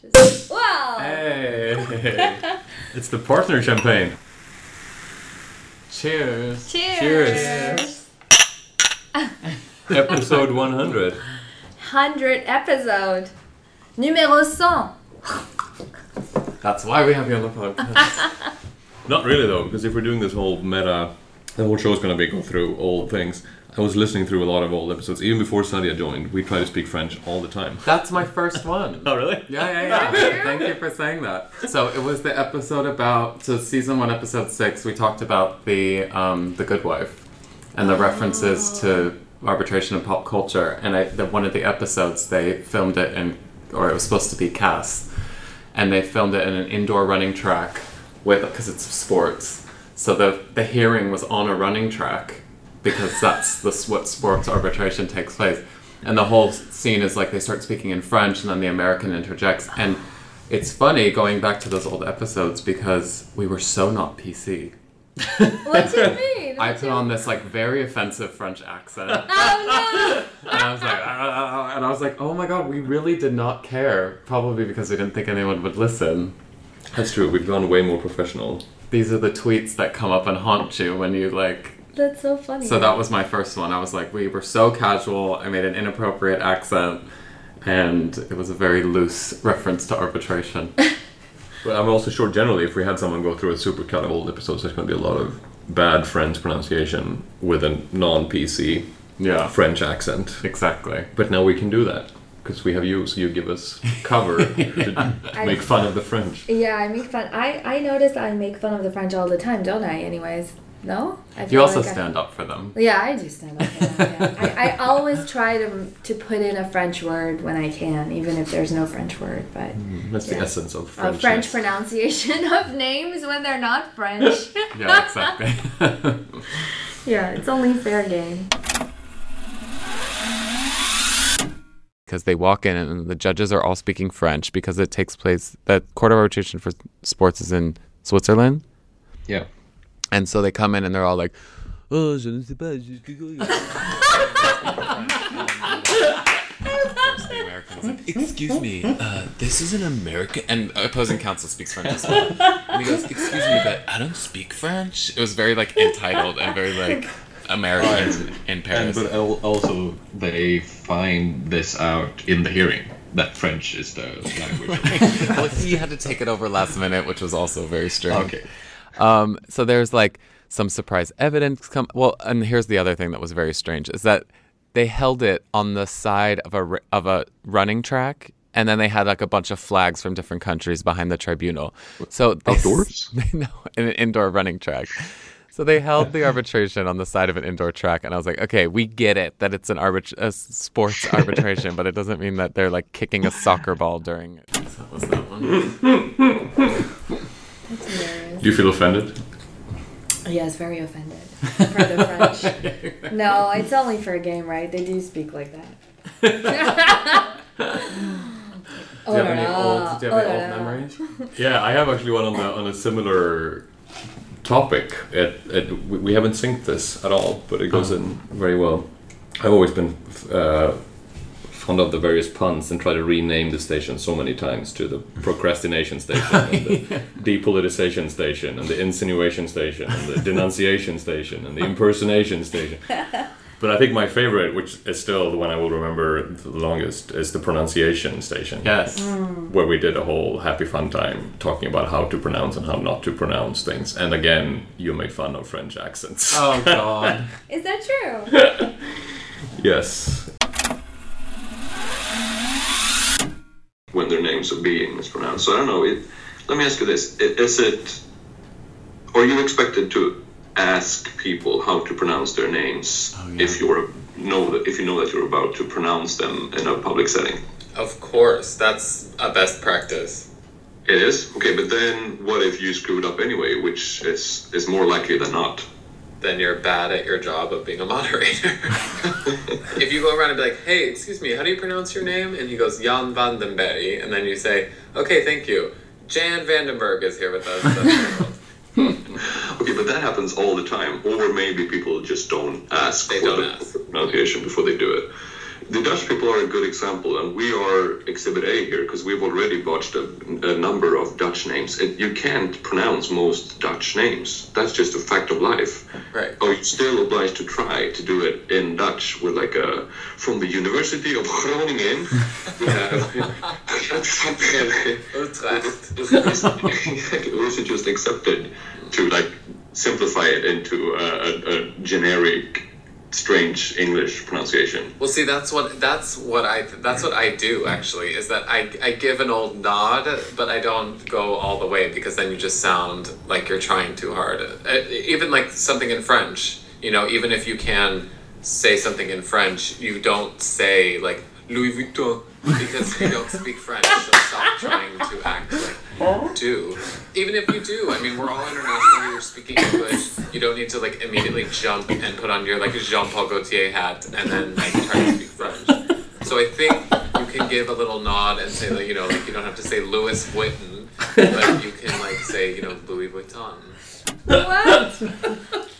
Just wow. Hey, it's the partner champagne. Cheers. Cheers. Episode 100. 100 episode. Numéro 100. That's why we have you on the podcast. Not really though, because if we're doing this whole meta, the whole show's going to be go through all things. I was listening through a lot of old episodes, even before Sadia joined. We try to speak French all the time. That's my first one. Oh really? Yeah, Not yeah, true. yeah. Thank you for saying that. So it was the episode about so season one, episode six. We talked about the um, the Good Wife and the references to Oh. arbitration and pop culture. And I, the, one of the episodes they filmed it in, or it was supposed to be Cass, and they filmed it in an indoor running track with because it's sports. So the the hearing was on a running track because that's the s- what sports arbitration takes place. And the whole s- scene is like they start speaking in French and then the American interjects. And it's funny going back to those old episodes because we were so not PC. What do you I mean? What do put you- on this like very offensive French accent. and Oh I was like, "Ah," and I was like, oh my god, we really did not care. Probably because we didn't think anyone would listen. That's true. We've gone way more professional. These are the tweets that come up and haunt you when you like no. That's so funny. So that was my first one. I was like, we were so casual. I made an inappropriate accent, and it was a very loose reference to arbitration. But I'm also sure generally if we had someone go through a super cut of old episodes, there's going to be a lot of bad French pronunciation with a non-PC yeah, French accent. exactly. But now we can do that because we have you, so you give us cover to make fun of the French. Yeah, I make fun. I, I notice I make fun of the French all the time, don't I? Anyways, no? I You feel also like I- stand up for them. Yeah, I do stand up for that. Yeah. I, I always try to, to put in a French word when I can, even if there's no French word. But Mm, That's Yeah. the essence of a French. French pronunciation of names when they're not French. Yeah, exactly. yeah, it's only fair game. Because they walk in and the judges are all speaking French because it takes place. The court of arbitration for sports is in Switzerland, yeah. and so they come in and they're all like, "Oh, je ne sais pas." je- je- je-" Americans like, excuse me, uh, this is an American, and opposing counsel speaks French as well. And he goes, excuse me, but I don't speak French. It was very like entitled and very like American in And, Paris. but al- also, they find this out in the hearing that French is the language. well, he had to take it over last minute, which was also very strange. okay. Um, so there's like some surprise evidence come. Well, and here's the other thing that was very strange is that they held it on the side of a r- of a running track, and then they had like a bunch of flags from different countries behind the tribunal. So they, s- Outdoors? no, in an indoor running track. So they held the arbitration on the side of an indoor track, and I was like, okay, we get it that it's an arbit- a s- sports arbitration, but it doesn't mean that they're like kicking a soccer ball during. It. that was that one. That's hilarious. Do you feel offended? Yeah, it's very offended for the French. no, it's only for a game, right? They do speak like that. Do oh, you have la any la, old, do you have oh, any la la. old memories? Yeah, I have actually one on a, on a similar topic. It, it, we we haven't synced this at all, but it Oh. goes in very well. I've always been uh, fond of the various puns and try to rename the station so many times to the procrastination station, and the depoliticization station, and the insinuation station, and the denunciation station, and the impersonation station. But I think my favorite, which is still the one I will remember the longest, is the pronunciation station Yes. where we did a whole happy fun time talking about how to pronounce and how not to pronounce things. And again, you made fun of French accents. Oh God. Is that true? Yes. when their names are being mispronounced. So I don't know. It, let me ask you this: I- Is it, are you expected to ask people how to pronounce their names Oh, if you're know that if you know that you're about to pronounce them in a public setting? Of course, that's a best practice. It is okay, but then what if you screwed up anyway, which is is more likely than not? Then you're bad at your job of being a moderator. if you go around and be like, "Hey, excuse me, how do you pronounce your name?" and he goes Jan Vandenberg, and then you say, "Okay, thank you." Jan Vandenberg is here with us. That's cool. Okay, but that happens all the time, or maybe people just don't ask They for don't the ask. pronunciation before they do it. the Dutch people are a good example, and we are exhibit A here because we've already botched a, a number of Dutch names. It, you can't pronounce most Dutch names. That's just a fact of life. Right. Or you're still obliged to try to do it in Dutch with like a from the University of Groningen. we have- Utrecht. it was just accepted to like simplify it into a, a, a generic, strange English pronunciation. Well, see, that's what that's what I that's what I do actually is that I, I give an old nod, but I don't go all the way because then you just sound like you're trying too hard. Uh, even like something in French, you know, even if you can say something in French, you don't say like Louis Vuitton because you don't speak French. So stop trying to act like you do. Even if you do, I mean, we're all international. You're speaking English. You don't need to like immediately jump and put on your like Jean Paul Gaultier hat and then like try to speak French. So I think you can give a little nod and say like you know like you don't have to say Louis Vuitton, but you can like say you know Louis Vuitton. What?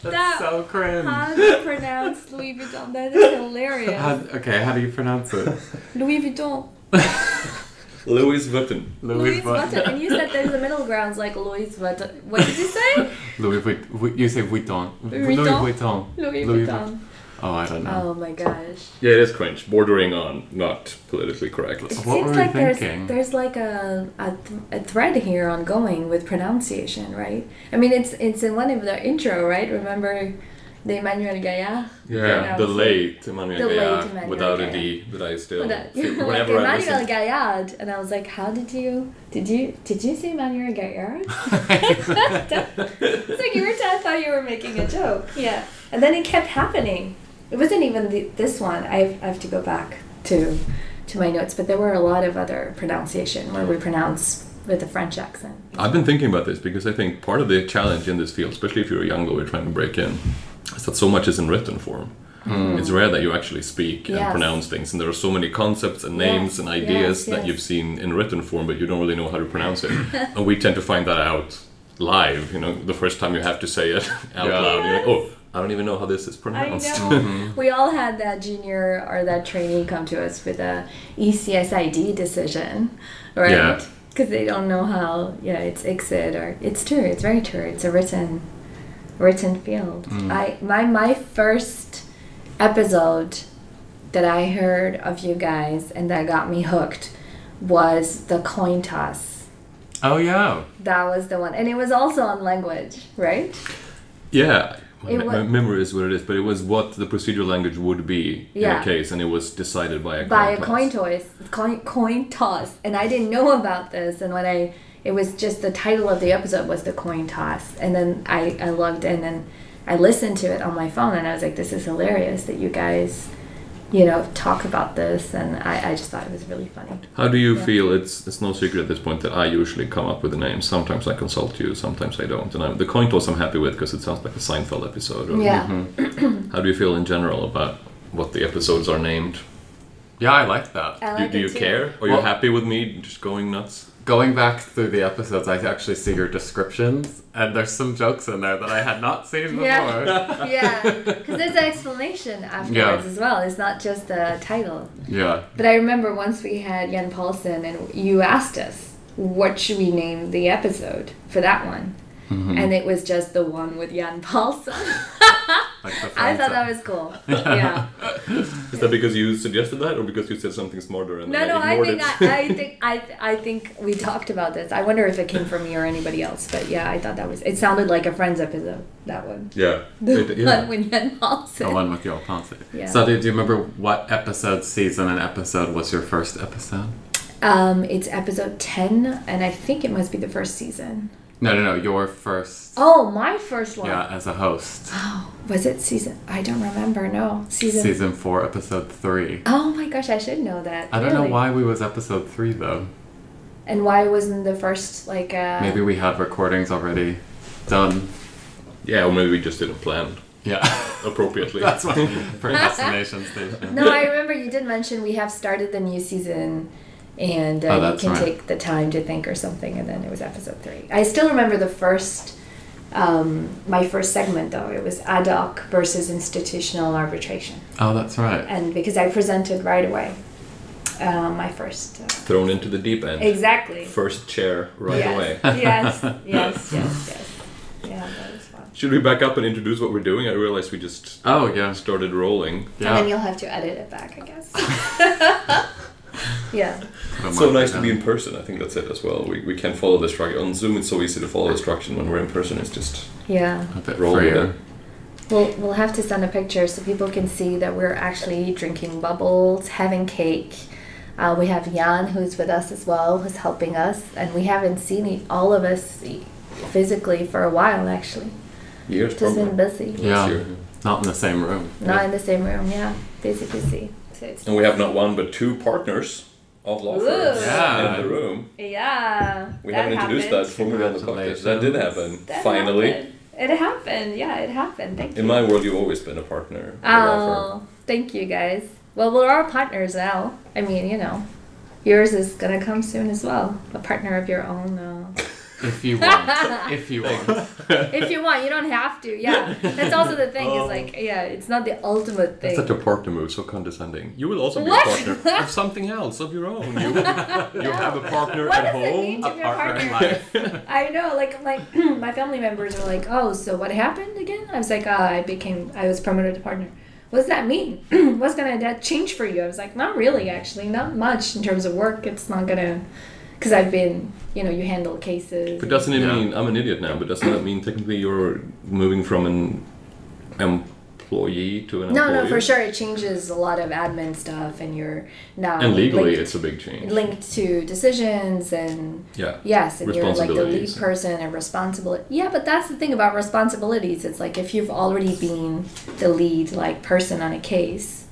that, So cringe. how do you pronounce Louis Vuitton? That is hilarious. How- okay, how do you pronounce it? Louis Vuitton. Louis Vuitton. Louis Vuitton. Vuitton. And you said there's a middle grounds like Louis Vuitton. What did you say? Louis Vuitton. You say Vuitton. Vuitton? Louis Vuitton. Louis Vuitton. Oh, I don't know. Oh my gosh. Yeah, it is cringe, bordering on not politically correct. It What were seems we like there's thinking? there's like a, a th- a thread here ongoing with pronunciation, right? I mean, it's it's in one of the intro, right? Remember, the Emmanuel Gaillard. Yeah, the late Emmanuel The late Gaillard Emmanuel without a Gaillard. D that I still Well, that- think like whenever I Emmanuel listen. Gaillard, and I was like, "How did you? Did you? Did you say Emmanuel Gaillard?" it's like every time I thought you were making a joke. Yeah, and then it kept happening. It wasn't even the, this one. I have, I have to go back to to my notes, but there were a lot of other pronunciation where we pronounce with a French accent. I've been thinking about this because I think part of the challenge in this field, especially if you're a young lawyer trying to break in, is that so much is in written form. It's rare that you actually speak and Yes. pronounce things, and there are so many concepts and names Yes, and ideas yes, that yes. you've seen in written form, but you don't really know how to pronounce it. and we tend to find that out live. You know, the first time you have to say it out Yeah. loud, you're like, "Oh, I don't even know how this is I know. pronounced." We all had that junior or that trainee come to us with a E ECSID decision, right? Yeah. Because they don't know how. Yeah, it's ICSID or it's true. It's very true. It's a written, written field. I my my first episode that I heard of you guys and that got me hooked was the coin toss. Oh yeah. That was the one, and it was also on language, right? Yeah, my, It me- wa- my memory is what it is, but it was what the procedural language would be in Yeah. a case, and it was decided by a coin by a toss. coin toss, coin, coin toss, and I didn't know about this. And when I, it was just the title of the episode was the coin toss, and then I, I logged in and I listened to it on my phone, and I was like, this is hilarious that you guys, you know, talk about this, and I, I just thought it was really funny. How do you feel? It's it's no secret at this point that I usually come up with the names. Sometimes I consult you, sometimes I don't. And I'm, the coin toss I'm happy with because it sounds like a Seinfeld episode. or- Yeah, How do you feel in general about what the episodes are named? Yeah, I like that. I Do, like do it you too. care? Are you Well- happy with me just going nuts? Going back through the episodes, I actually see your descriptions, and there's some jokes in there that I had not seen before. Yeah. Yeah, because there's an explanation afterwards Yeah. as well. It's not just the title. Yeah. But I remember once we had Jan Paulson, and you asked us what should we name the episode for that one, Mm-hmm. and it was just the one with Jan Paulson. Like the I friends thought that of- was cool. Yeah. Is that because you suggested that, or because you said something smarter and No, then no. I I ignored think it? I, I think I I think we talked about this. I wonder if it came from you or anybody else. But yeah, I thought that was. It sounded like a Friends episode. That one. yeah. The It- yeah. one with Jan Paulson. the one with your Ponce. Yeah. So, do do you remember what episode, season, and episode was your first episode? Um, it's episode ten, and I think it must be the first season. No, no, no, your first. Oh, my first one. Yeah, as a host. Oh, Was it season? I don't remember. No, season. Season four, episode three. Oh my gosh, I should know that. I don't know Really. why we was episode three though. And why wasn't the first like? Uh, Maybe we had recordings already done. yeah, or maybe we just didn't plan Yeah. appropriately. That's what procrastination station. No, I remember you did mention we have started the new season, and uh, Oh, you that's can right. take the time to think or something. And then it was episode three. I still remember the first um, my first segment, though. It was ad hoc versus institutional arbitration. Oh, that's right. And because I presented right away, uh, my first. Uh, Thrown into the deep end. exactly. First chair right yes. away. yes, yes, yes, yes. Yeah, that was fun. Should we back up and introduce what we're doing? I realized we just Oh, yeah. started rolling. And then Yeah. you'll have to edit it back, I guess. yeah. so nice to be in person. I think that's it as well. We, we can follow the structure. On Zoom, it's so easy to follow the structure. When we're in person, it's just Yeah. a bit roll with freer. it. We'll, we'll have to send a picture so people can see that we're actually drinking bubbles, having cake. Uh, we have Jan who's with us as well, who's helping us, and we haven't seen e- all of us e- physically for a while actually. Years Just probably. been busy. Yeah. Sure. Not in the same room. Not in the same room, yeah. Busy, busy. So it's, And we have not one but two partners of law Ooh. firms Yeah. in the room. yeah. We that haven't introduced happened. that formally on the podcast. That did happen. That Finally. happened. It happened. Yeah, it happened. Thank you. In my world, you've always been a partner. in a law firm. Oh, thank you guys. Well, we're all partners now. I mean, you know, yours is gonna come soon as well. A partner of your own, though. If you want. if you want. if you want, you don't have to. Yeah, that's also the thing. Is like, yeah, it's not the ultimate thing. That's such a partner move, so condescending. You will also What? be a partner of something else, of your own. You, you have a partner What at does it mean home. to be a partner? I know, like my my family members were like, "Oh, so what happened again?" I was like, "Ah, I became, I was promoted to partner." What does that mean? What's gonna that change for you? I was like, "Not really, actually, not much in terms of work. It's not gonna, because I've been, you know, you handle cases." But doesn't it Yeah. mean I'm an idiot now? But doesn't that mean technically you're moving from an employee to an no, employer? no, for sure, it changes a lot of admin stuff, and you're now And legally, linked, it's a big change. linked to decisions and yeah. Yes, and you're like the lead Responsibilities. person and responsible. Yeah, but that's the thing about responsibilities. It's like if you've already been the lead like person on a case.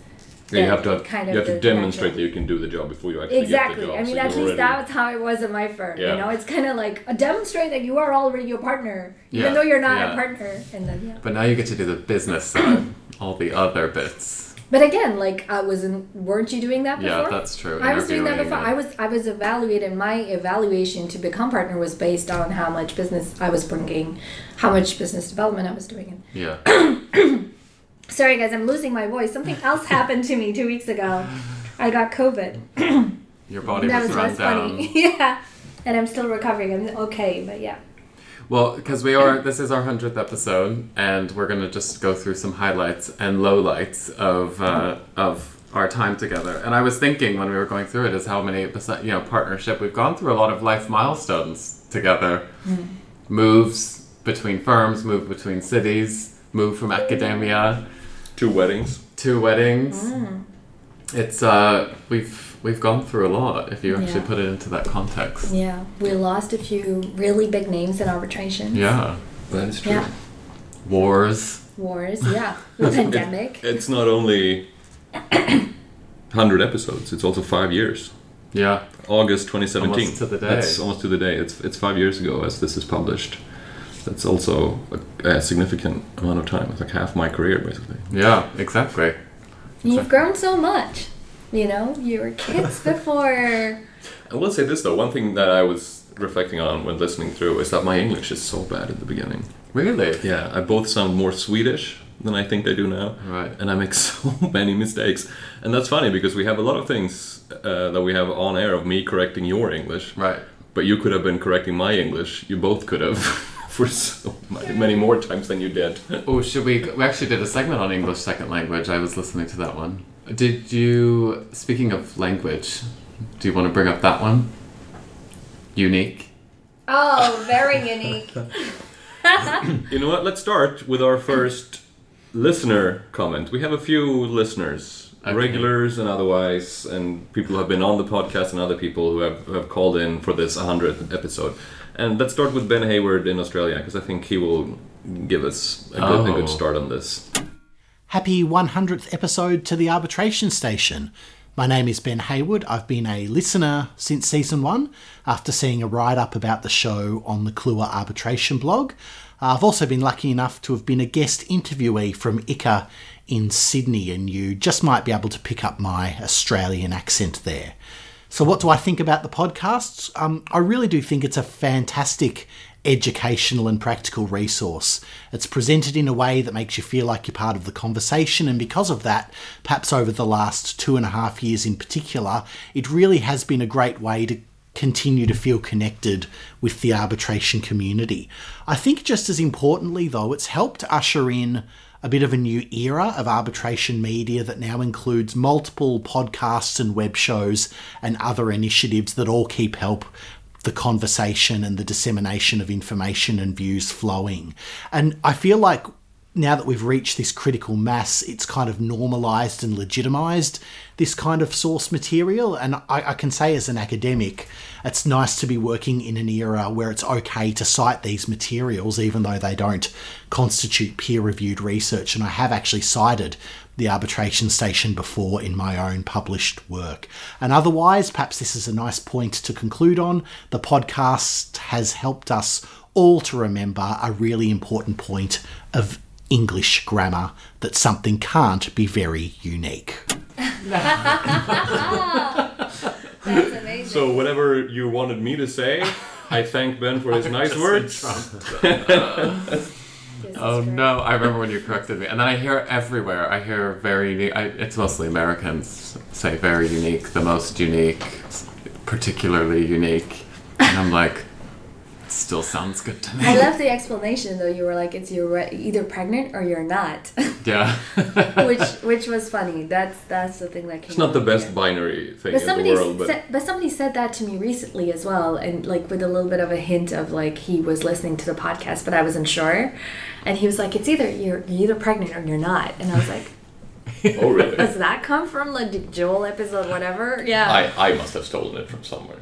Yeah, you then have to it kind you of have to does that demonstrate job. that you can do the job before you actually Exactly. get the job. I mean, so at least you're already- that was how it was at my firm. Yeah. You know, it's kind of like demonstrate that you are already a partner, even Yeah, though you're not a yeah. partner. And then yeah. But now you get to do the business side, all the other bits. But again, like I wasn't. Weren't you doing that before? Yeah, that's true. I was doing that Interviewing before. I was I was evaluated. My evaluation to become partner was based on how much business I was bringing, how much business development I was doing. and- Yeah. Sorry, guys, I'm losing my voice. Something else happened to me two weeks ago. I got COVID. Your body that was was run less down. funny. yeah, and I'm still recovering. I'm okay, but yeah. Well, because we are, this is our 100th episode, and we're going to just go through some highlights and lowlights of, uh, of our time together. And I was thinking when we were going through it is how many, besi- you know, partnership, we've gone through a lot of life milestones together. Mm. Moves between firms, move between cities, move from academia two weddings. to weddings. Mm. It's, uh, we've, we've gone through a lot if you actually Yeah. put it into that context. Yeah, we lost a few really big names in arbitration. Yeah. That is Yeah. Wars. Wars. Yeah. Pandemic. It's not only 100 episodes, it's also five years. Yeah. August 2017. Almost to the day. That's almost to the day. It's, it's five years ago as this is published. That's also a, a significant amount of time. It's like half my career, basically. Yeah, exactly. You've grown so much. You know, you were kids before. I will say this, though. One thing that I was reflecting on when listening through is that my English is so bad at the beginning. Really? Yeah, I both sound more Swedish than I think I do now. Right. And I make so many mistakes. And that's funny because we have a lot of things uh, that we have on air of me correcting your English. Right. But you could have been correcting my English. You both could have for so mu- many more times than you did. Oh, should we? We actually did a segment on English second language. I was listening to that one. Did you? Speaking of language, do you want to bring up that one? Unique. Oh, very unique. you know what? Let's start with our first listener comment. We have a few listeners, Okay. regulars and otherwise, and people who have been on the podcast and other people who have, who have called in for this 100th episode. And let's start with Ben Hayward in Australia because I think he will give us a good, Oh. a good start on this. Happy 100th episode to the Arbitration Station. My name is Ben Hayward. I've been a listener since season one after seeing a write up about the show on the Kluwer Arbitration blog. Uh, I've also been lucky enough to have been a guest interviewee from ICA in Sydney, and you just might be able to pick up my Australian accent there. So, what do I think about the podcasts? Um, I really do think it's a fantastic educational and practical resource. It's presented in a way that makes you feel like you're part of the conversation, and because of that, perhaps over the last two and a half years in particular, it really has been a great way to continue to feel connected with the arbitration community. I think just as importantly, though, it's helped usher in a bit of a new era of arbitration media that now includes multiple podcasts and web shows and other initiatives that all keep help the conversation and the dissemination of information and views flowing. And I feel like now that we've reached this critical mass, it's kind of normalized and legitimized this kind of source material. And I, I can say, as an academic, it's nice to be working in an era where it's okay to cite these materials, even though they don't constitute peer reviewed research. And I have actually cited the arbitration station before in my own published work. And otherwise, perhaps this is a nice point to conclude on. The podcast has helped us all to remember a really important point of English grammar that something can't be very unique. That's amazing. So whatever you wanted me to say, I thank Ben for his nice Just words. like Trump. This is Oh great. no! I remember when you corrected me, and then I hear it everywhere. I hear very unique. I, it's mostly Americans say very unique, the most unique, particularly unique, and I'm like, it still sounds good to me. I love the explanation though. You were like, it's you're re- either pregnant or you're not, yeah. which which was funny. That's that's the thing that came. It's not the out best here. binary thing But in somebody the world, but said, but somebody said that to me recently as well, and like with a little bit of a hint of like he was listening to the podcast, but I wasn't sure, and he was like, "It's either you're, you're either pregnant or you're not," and I was like, oh really? "Does that come from like Joel episode, whatever?" Yeah. I, I must have stolen it from somewhere.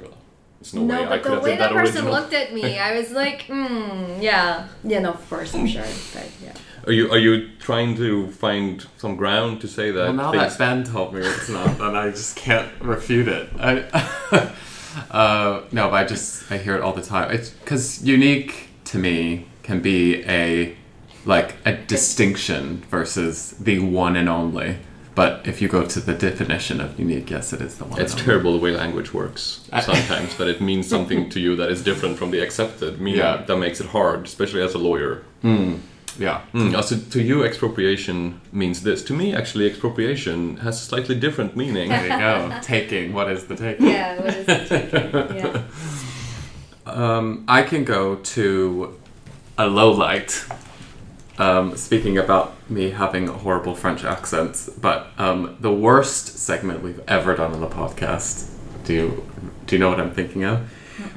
There's no, way no, I but could the have way done that that person original. looked at me, I was like, mm, "Yeah, yeah, no, of course, I'm sure." But yeah, Are you are you trying to find some ground to say that? Well, now things- that Ben told me it's not, then I just can't refute it. I, uh, no, but I just I hear it all the time. It's because unique to me can be a like a distinction versus the one and only. But if you go to the definition of unique, yes, it is the one. It's and only. terrible the way language works sometimes, that it means something to you that is different from the accepted meaning. Yeah. That makes it hard, especially as a lawyer. Yeah. Mm, also, to you, expropriation means this. To me, actually, expropriation has a slightly different meaning. There you go. taking. What is the taking? yeah, what is it? yeah. Um, I can go to a low light. Um, speaking about me having horrible French accents, but um, the worst segment we've ever done on the podcast. Do you do you know what I'm thinking of?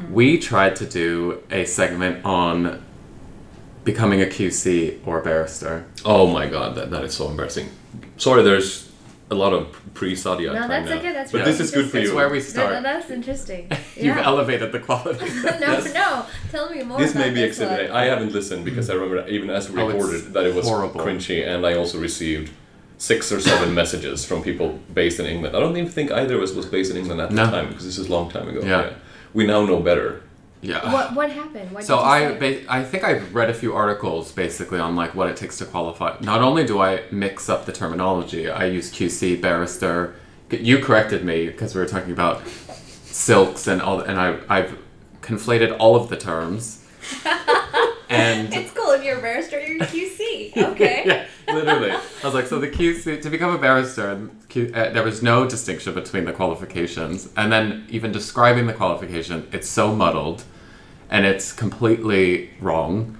We tried to do a segment on becoming a QC or a barrister. Oh my god, that, that is so embarrassing. Sorry, there's a lot of pre Sadia. No, that's now. okay, that's But really this is good for interesting. you. It's where we No, no, start. that's interesting. You've Yeah. elevated the quality. no, no. Tell me more. this about may be this exhibit. A. one. I haven't listened because I remember that even as we Oh, it's recorded that it was horrible. cringy, and I also received six or seven messages from people based in England. I don't even think either of us was based in England at the No. time because this is a long time ago. Yeah. we now know better. yeah. What what happened? What So did you I, say? ba- I think I've read a few articles basically on like what it takes to qualify. Not only do I mix up the terminology, I use QC barrister. You corrected me because we were talking about silks and all, and I, I've conflated all of the terms. and It's cool if you're a barrister, you're a QC. Okay. yeah, literally. I was like, so the QC to become a barrister, Q, uh, there was no distinction between the qualifications, and then even describing the qualification, it's so muddled, and it's completely wrong,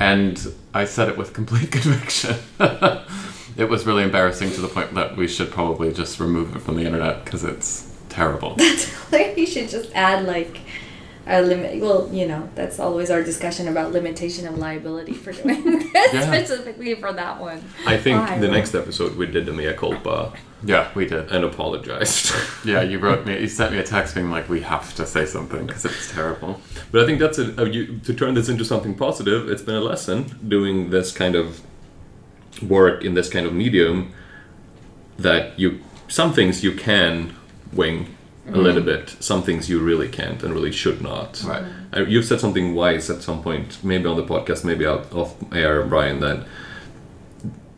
and I said it with complete conviction. it was really embarrassing to the point that we should probably just remove it from the internet because it's terrible. Like, you should just add like a limit. Well, you know, that's always our discussion about limitation of liability for doing this, Yeah. specifically for that one. I think Why? the next episode we did the mea culpa Yeah, we did. and apologized. Yeah, you wrote me, you sent me a text being like, we have to say something because it's terrible. but I think that's a, a, you, to turn this into something positive. It's been a lesson doing this kind of work in this kind of medium that you some things you can wing a little bit, some things you really can't and really should not. Mm-hmm. Right. Uh, You've said something wise at some point, maybe on the podcast, maybe out off air, Brian, that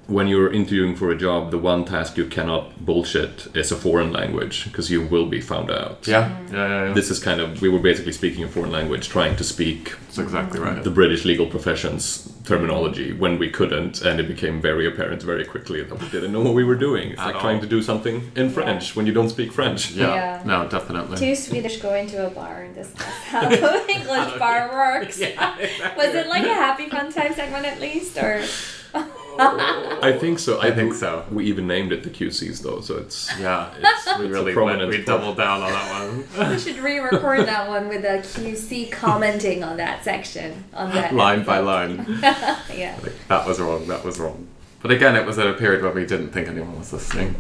when you're interviewing for a job, the one task you cannot bullshit is a foreign language because you will be found out. Yeah, yeah, yeah. yeah. This is kind of we were basically speaking a foreign language, trying to speak That's exactly right. the British legal profession's terminology when we couldn't, and it became very apparent very quickly that we didn't know what we were doing. It's At like all. trying to do something in French when you don't speak French. yeah. Yeah. no, definitely. Two Swedish go into a bar and discuss how English bar works. Was it like a happy fun time segment at least, or Oh. I think so. I, think so. We even named it the QCs though, so it's Yeah, It's- we it's a really went, prominent we part. doubled down on that one. we should re-record that one with a QC commenting on that section on that line by line. yeah. Like, that was wrong, that was wrong. But again, it was at a period when we didn't think anyone was listening.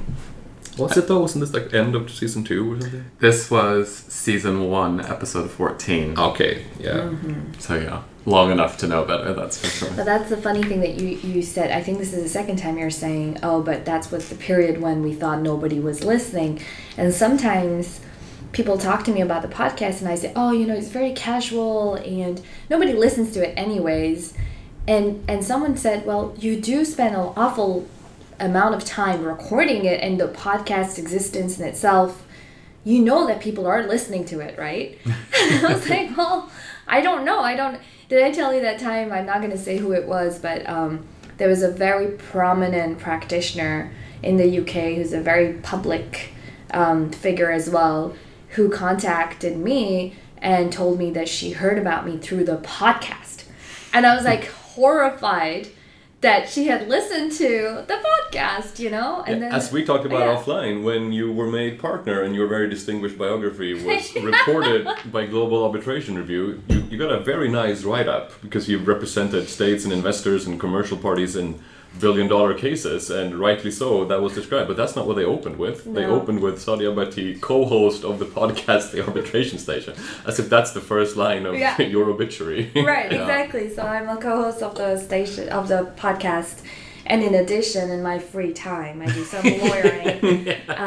was it though? Wasn't this like end of season two or something? This was season one, episode 14. Okay, yeah. So yeah, long enough to know better, that's for sure. But that's the funny thing that you, you said. I think this is the second time you're saying, oh, but that's was the period when we thought nobody was listening. And sometimes people talk to me about the podcast and I say, oh, you know, it's very casual and nobody listens to it anyways. And, and someone said, well, you do spend an awful amount of time recording it and the podcast's existence in itself you know that people are listening to it, right? I was like, well, I don't know. I don't. Did I tell you that time? I'm not going to say who it was, but um, there was a very prominent practitioner in the UK who's a very public um, figure as well, who contacted me and told me that she heard about me through the podcast. And I was like horrified that she had listened to the podcast, you know? And As we talked about Yeah. offline, when you were made partner and your very distinguished biography was reported by Global Arbitration Review, you, you got a very nice write up because you represented states and investors and commercial parties in billion dollar cases, and rightly so, that was described. But that's not what they opened with. They No. opened with Saudi Abati, co host of the podcast The Arbitration Station, as if that's the first line of Yeah. your obituary. right exactly so i'm a co-host of the station of the podcast and in addition in my free time i do some lawyering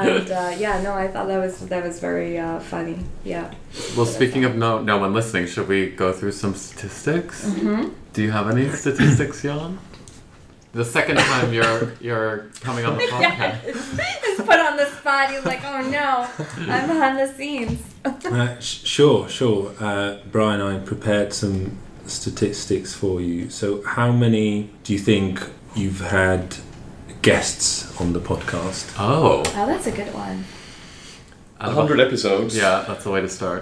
and uh, yeah no i thought that was that was very uh, funny yeah Well, speaking of no, no one listening, should we go through some statistics? Mm-hmm. Do you have any statistics, Jan? The second time you're you're coming on the podcast. Just put on the spot. He's like, oh no, I'm behind the scenes. Uh, sh- sure, sure. Uh, Brian, I prepared some statistics for you. So, how many do you think you've had guests on the podcast? Oh, oh that's a good one out of 100 episodes. Yeah, that's the way to start.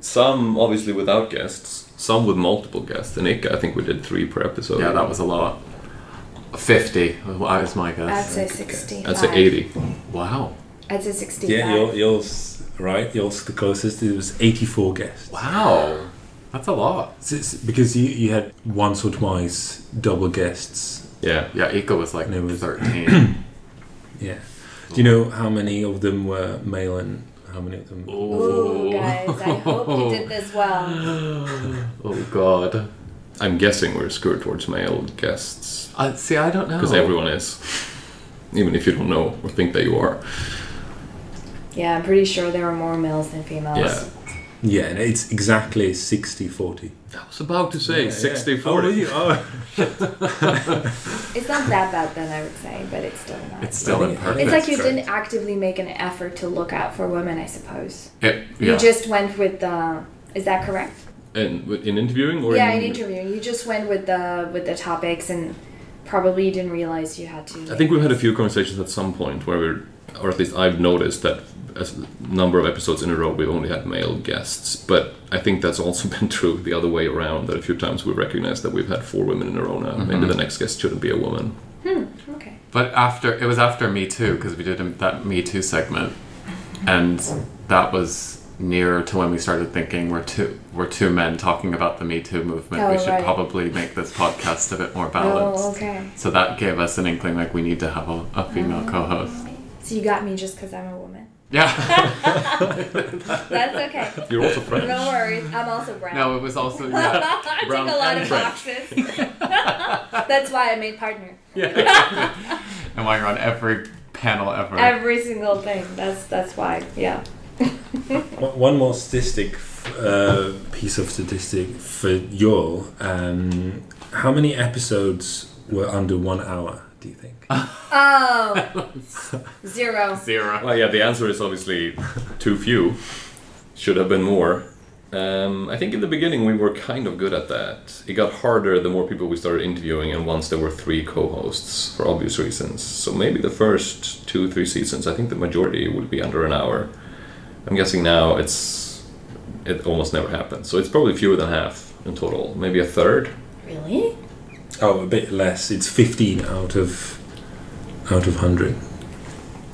Some obviously without guests, some with multiple guests. In Ica, I think we did three per episode. Yeah, that was a lot. Fifty was my i'd guess. say 65 I'd say 80. Wow. i'd say 65 Yeah, your, yours, right? Yours the closest. It was 84 guests. Wow. That's a lot. So it's because you, you had once or twice double guests. Yeah. Yeah, Ika was like And it was- thirteen. Yeah. Do you know how many of them were male and how many of them? Ooh, guys, I hope you did this well. oh God. I'm guessing we're skewed towards male guests Uh, see, I don't know. because everyone is, even if you don't know or think that you are. Yeah, I'm pretty sure there were more males than females. Yeah. Yeah, and it's exactly 60 40. I was about to say 60 Oh, 40. were you? Oh. It's not that bad then, I would say, but it's still not. It's It's, still It's imperfect. like you didn't actively make an effort to look out for women, I suppose. It- yeah. You just went with the. Is that correct? And w- in interviewing or yeah, in in, interviewing, you just went with the with the topics and probably you didn't realize you had to. I think we've had a few conversations at some point where we're, or at least I've noticed that a s- number of episodes in a row we've only had male guests. But I think that's also been true the other way around. That a few times we recognize that we've had four women in a row now. Maybe the next guest shouldn't be a woman. Okay. But after it was after Me Too because we did that Me Too segment, and that was nearer to when we started thinking we're two we're two men talking about the Me Too movement. we Oh, should right. probably make this podcast a bit more balanced. Oh, okay. So that gave us an inkling like we need to have a, a female Oh. co-host. So you got me just because I'm a woman. Yeah. That's okay. You're also French. No worries. I'm also brown. no, it was also yeah. I Brown take a lot and of red. boxes. That's why I made partner. And why you're on every panel ever. Every single thing. That's that's why. Yeah. One one more statistic, f- uh, piece of statistic for you all. Um, how many episodes were under one hour? do you think? Oh, Um, zero. Zero. Well, yeah, the answer is obviously too few. Should have been more. Um, I think in the beginning we were kind of good at that. It got harder the more people we started interviewing, and once there were three co hosts for obvious reasons. So maybe the first two, three seasons, I think the majority would be under an hour. I'm guessing now it's it almost never happens. So it's probably fewer than half in total, maybe a third. Really? Oh, a bit less. It's 15 out of out of 100.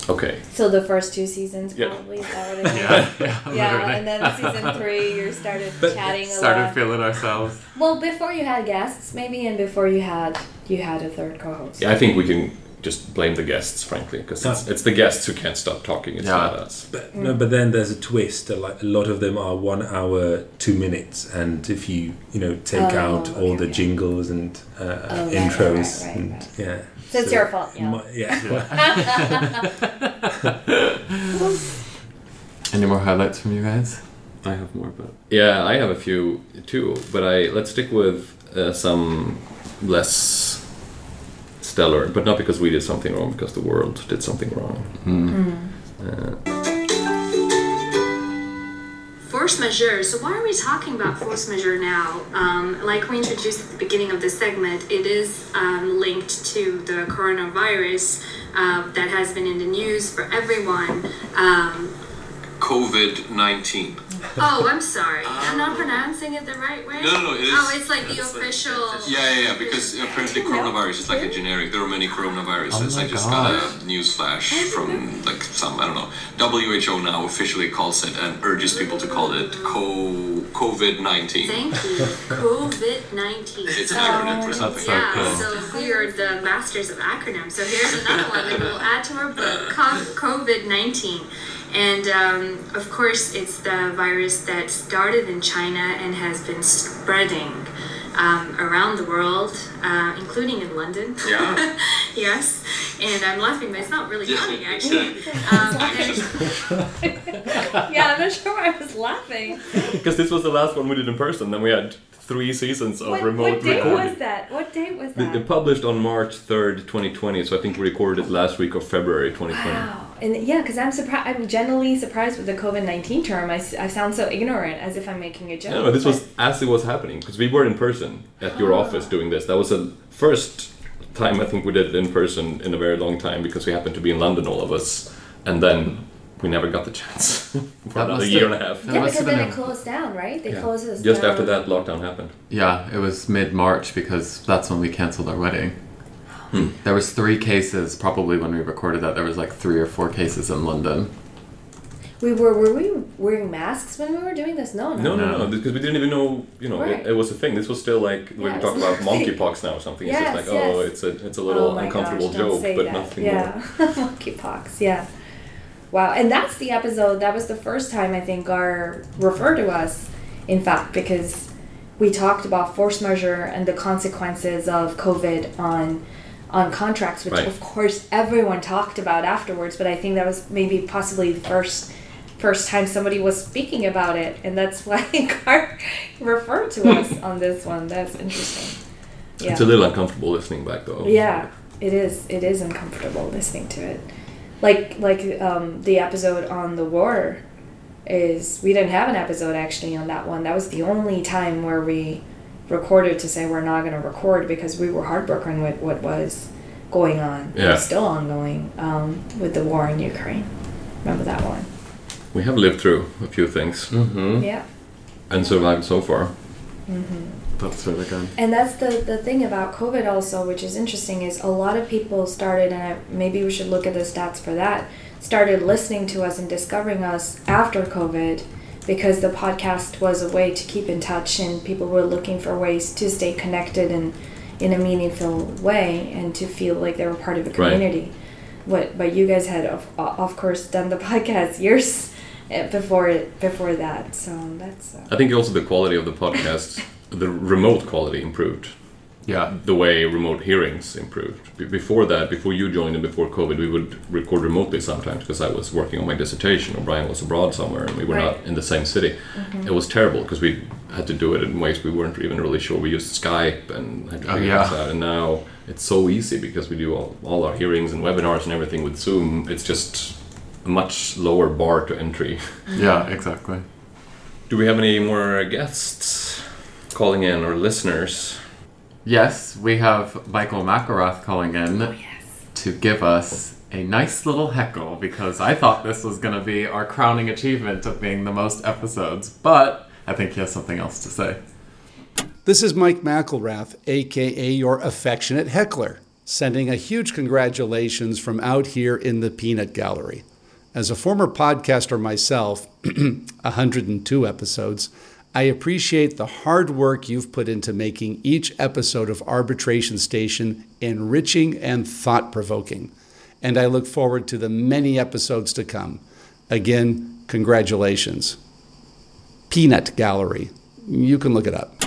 Okay. So the first two seasons Yeah. probably is already. Yeah. Yeah. Yeah, literally. and then season three, you started But chatting a Started lot. feeling ourselves. well, before you had guests, maybe, and before you had you had a third co-host. Yeah, I think we can just blame the guests, frankly, because it's, it's the guests who can't stop talking. It's Yeah. not us. But no, Mm. but then there's a twist. that, Like a lot of them are one hour, two minutes, and if you you know take Oh, out all okay, the okay. jingles and uh, Oh, right, intros, right, right, and right. yeah. So it's your fault, yeah. my- yeah. Any more highlights from you guys? I have more, but Yeah, I have a few too, but I let's stick with uh, some less stellar, but not because we did something wrong, because the world did something wrong. Force majeure. So why are we talking about force majeure now? Um, like we introduced at the beginning of this segment, it is um, linked to the coronavirus uh, that has been in the news for everyone. Um, COVID 19. oh, I'm sorry, I'm not pronouncing it the right way. No, no, no, it is- Oh, it's like the it's like- official. Yeah, yeah, yeah, because apparently coronavirus is like a generic. There are many coronaviruses. Oh my I just got a news flash from like some, I don't know. WHO now officially calls it and urges people to call it co- COVID 19. Thank you, COVID nineteen. It's an acronym for something. so Yeah, cool. so we are the masters of acronyms. So here's another one that we'll add to our book COVID 19. And um, of course, it's the virus that started in China and has been spreading um, around the world, uh, including in London. Yeah. yes. And I'm laughing, but it's not really Yeah, funny, actually. exactly. Um, and- yeah, I'm not sure why I was laughing. Because this was the last one we did in person, then we had three seasons of What, remote what date recording. was that? What date was They- that? they published on March 3rd, 2020, so I think we recorded it last week of February 2020. Wow. And yeah, because I'm surprised. I'm generally surprised with the COVID nineteen term. I, s- I sound so ignorant, as if I'm making a joke. No, no, this but- was as it was happening because we were in person at Ah. your office doing this. That was the first time I think we did it in person in a very long time because we happened to be in London, all of us, and then we never got the chance for another must year have- and a half. Yeah, Must because have been then it a- closed down, right? They Yeah. closed us Just down. after that lockdown happened. yeah, it was mid March because that's when we canceled our wedding. Hmm. There was three cases probably when we recorded that. There was like three or four cases in London. We were were we wearing masks when we were doing this? No, No, no. no, No. no, because we didn't even know. You know, Right. it, it was a thing. This was still like we Yeah, can talk it's about nothing. monkeypox now or something. Yes, it's just like oh, yes. it's a it's a oh little my uncomfortable gosh, joke, don't say but that. nothing more. Yeah, monkeypox. Yeah, wow. And that's the episode. That was the first time I think Gar referred to us. In fact, because we talked about force majeure and the consequences of COVID on on contracts, which Right. of course everyone talked about afterwards. But I think that was maybe possibly the first first time somebody was speaking about it, and that's why Gar referred to us on this one. That's interesting. Yeah. It's a little uncomfortable listening back though. Yeah, it is. It is uncomfortable listening to it. Like like um, the episode on the war is we didn't have an episode actually on that one. That was the only time where we recorded to say we're not going to record because we were heartbroken with what was going on. and Yeah. still ongoing um, with the war in Ukraine. Remember that one? we have lived through a few things Yeah. and survived so far. That's really good. And that's the, the thing about COVID also, which is interesting, is a lot of people started, and I, maybe we should look at the stats for that, started listening to us and discovering us after COVID because the podcast was a way to keep in touch and people were looking for ways to stay connected and in a meaningful way and to feel like they were part of a Right. community what but you guys had of, of course done the podcast years eh, before before that so that's uh, I think also the quality of the podcast, the remote quality improved. Yeah. The way remote hearings improved. Be- Before that, before you joined and before COVID, we would record remotely sometimes because I was working on my dissertation or Brian was abroad somewhere and we were Right. not in the same city. Mm-hmm. It was terrible because we had to do it in ways we weren't even really sure. We used Skype and had to Oh, figure yeah. things out. And now it's so easy because we do all, all our hearings and webinars and everything with Zoom. It's just a much lower bar to entry. Mm-hmm. Yeah, exactly. Do we have any more guests calling in or listeners? Yes, we have Michael Makarath calling in Oh, to give us a nice little heckle because I thought this was going to be our crowning achievement of being the most episodes, but I think he has something else to say. This is Mike McElrath, aka your affectionate heckler, sending a huge congratulations from out here in the peanut gallery. As a former podcaster myself, 102 episodes, I appreciate the hard work you've put into making each episode of Arbitration Station enriching and thought provoking. And I look forward to the many episodes to come. Again, congratulations. Peanut Gallery. You can look it up.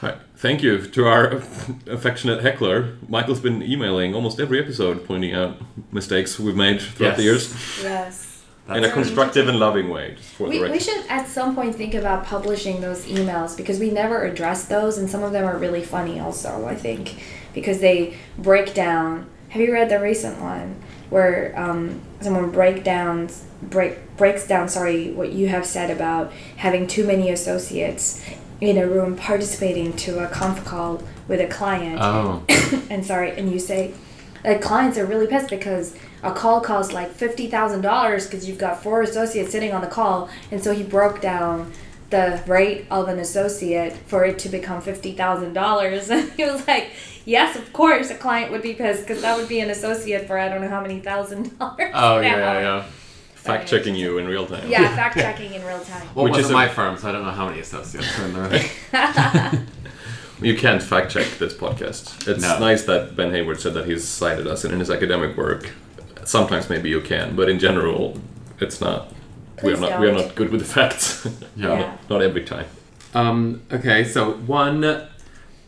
Hi. Thank you to our affectionate heckler. Michael's been emailing almost every episode, pointing out mistakes we've made throughout the Yes. years Yes. in a constructive and loving way. Just for We, the we record. should at some point think about publishing those emails because we never address those, and some of them are really funny, also, I think, because they break down. Have you read the recent one where um, someone break down, break, breaks down, sorry, what you have said about having too many associates in a room participating to a conf call with a client? Oh, and sorry, and you say, like clients are really pissed because a call costs like fifty thousand dollars because you've got four associates sitting on the call, and so he broke down the rate of an associate for it to become fifty thousand dollars, and he was like, "Yes, of course, a client would be pissed because that would be an associate for I don't know how many thousand dollars." oh yeah, now." yeah, yeah. Fact checking you in real time. Yeah, fact checking in real time. Well, Which Which is is a- my firm, so I don't know how many associates are in there. You can't fact check this podcast. It's No. nice that Ben Hayward said that he's cited us in his academic work. Sometimes maybe you can, but in general, it's not. we are Please not. We are don't. not good with the facts. Yeah. Yeah. not every time. Um, okay, so one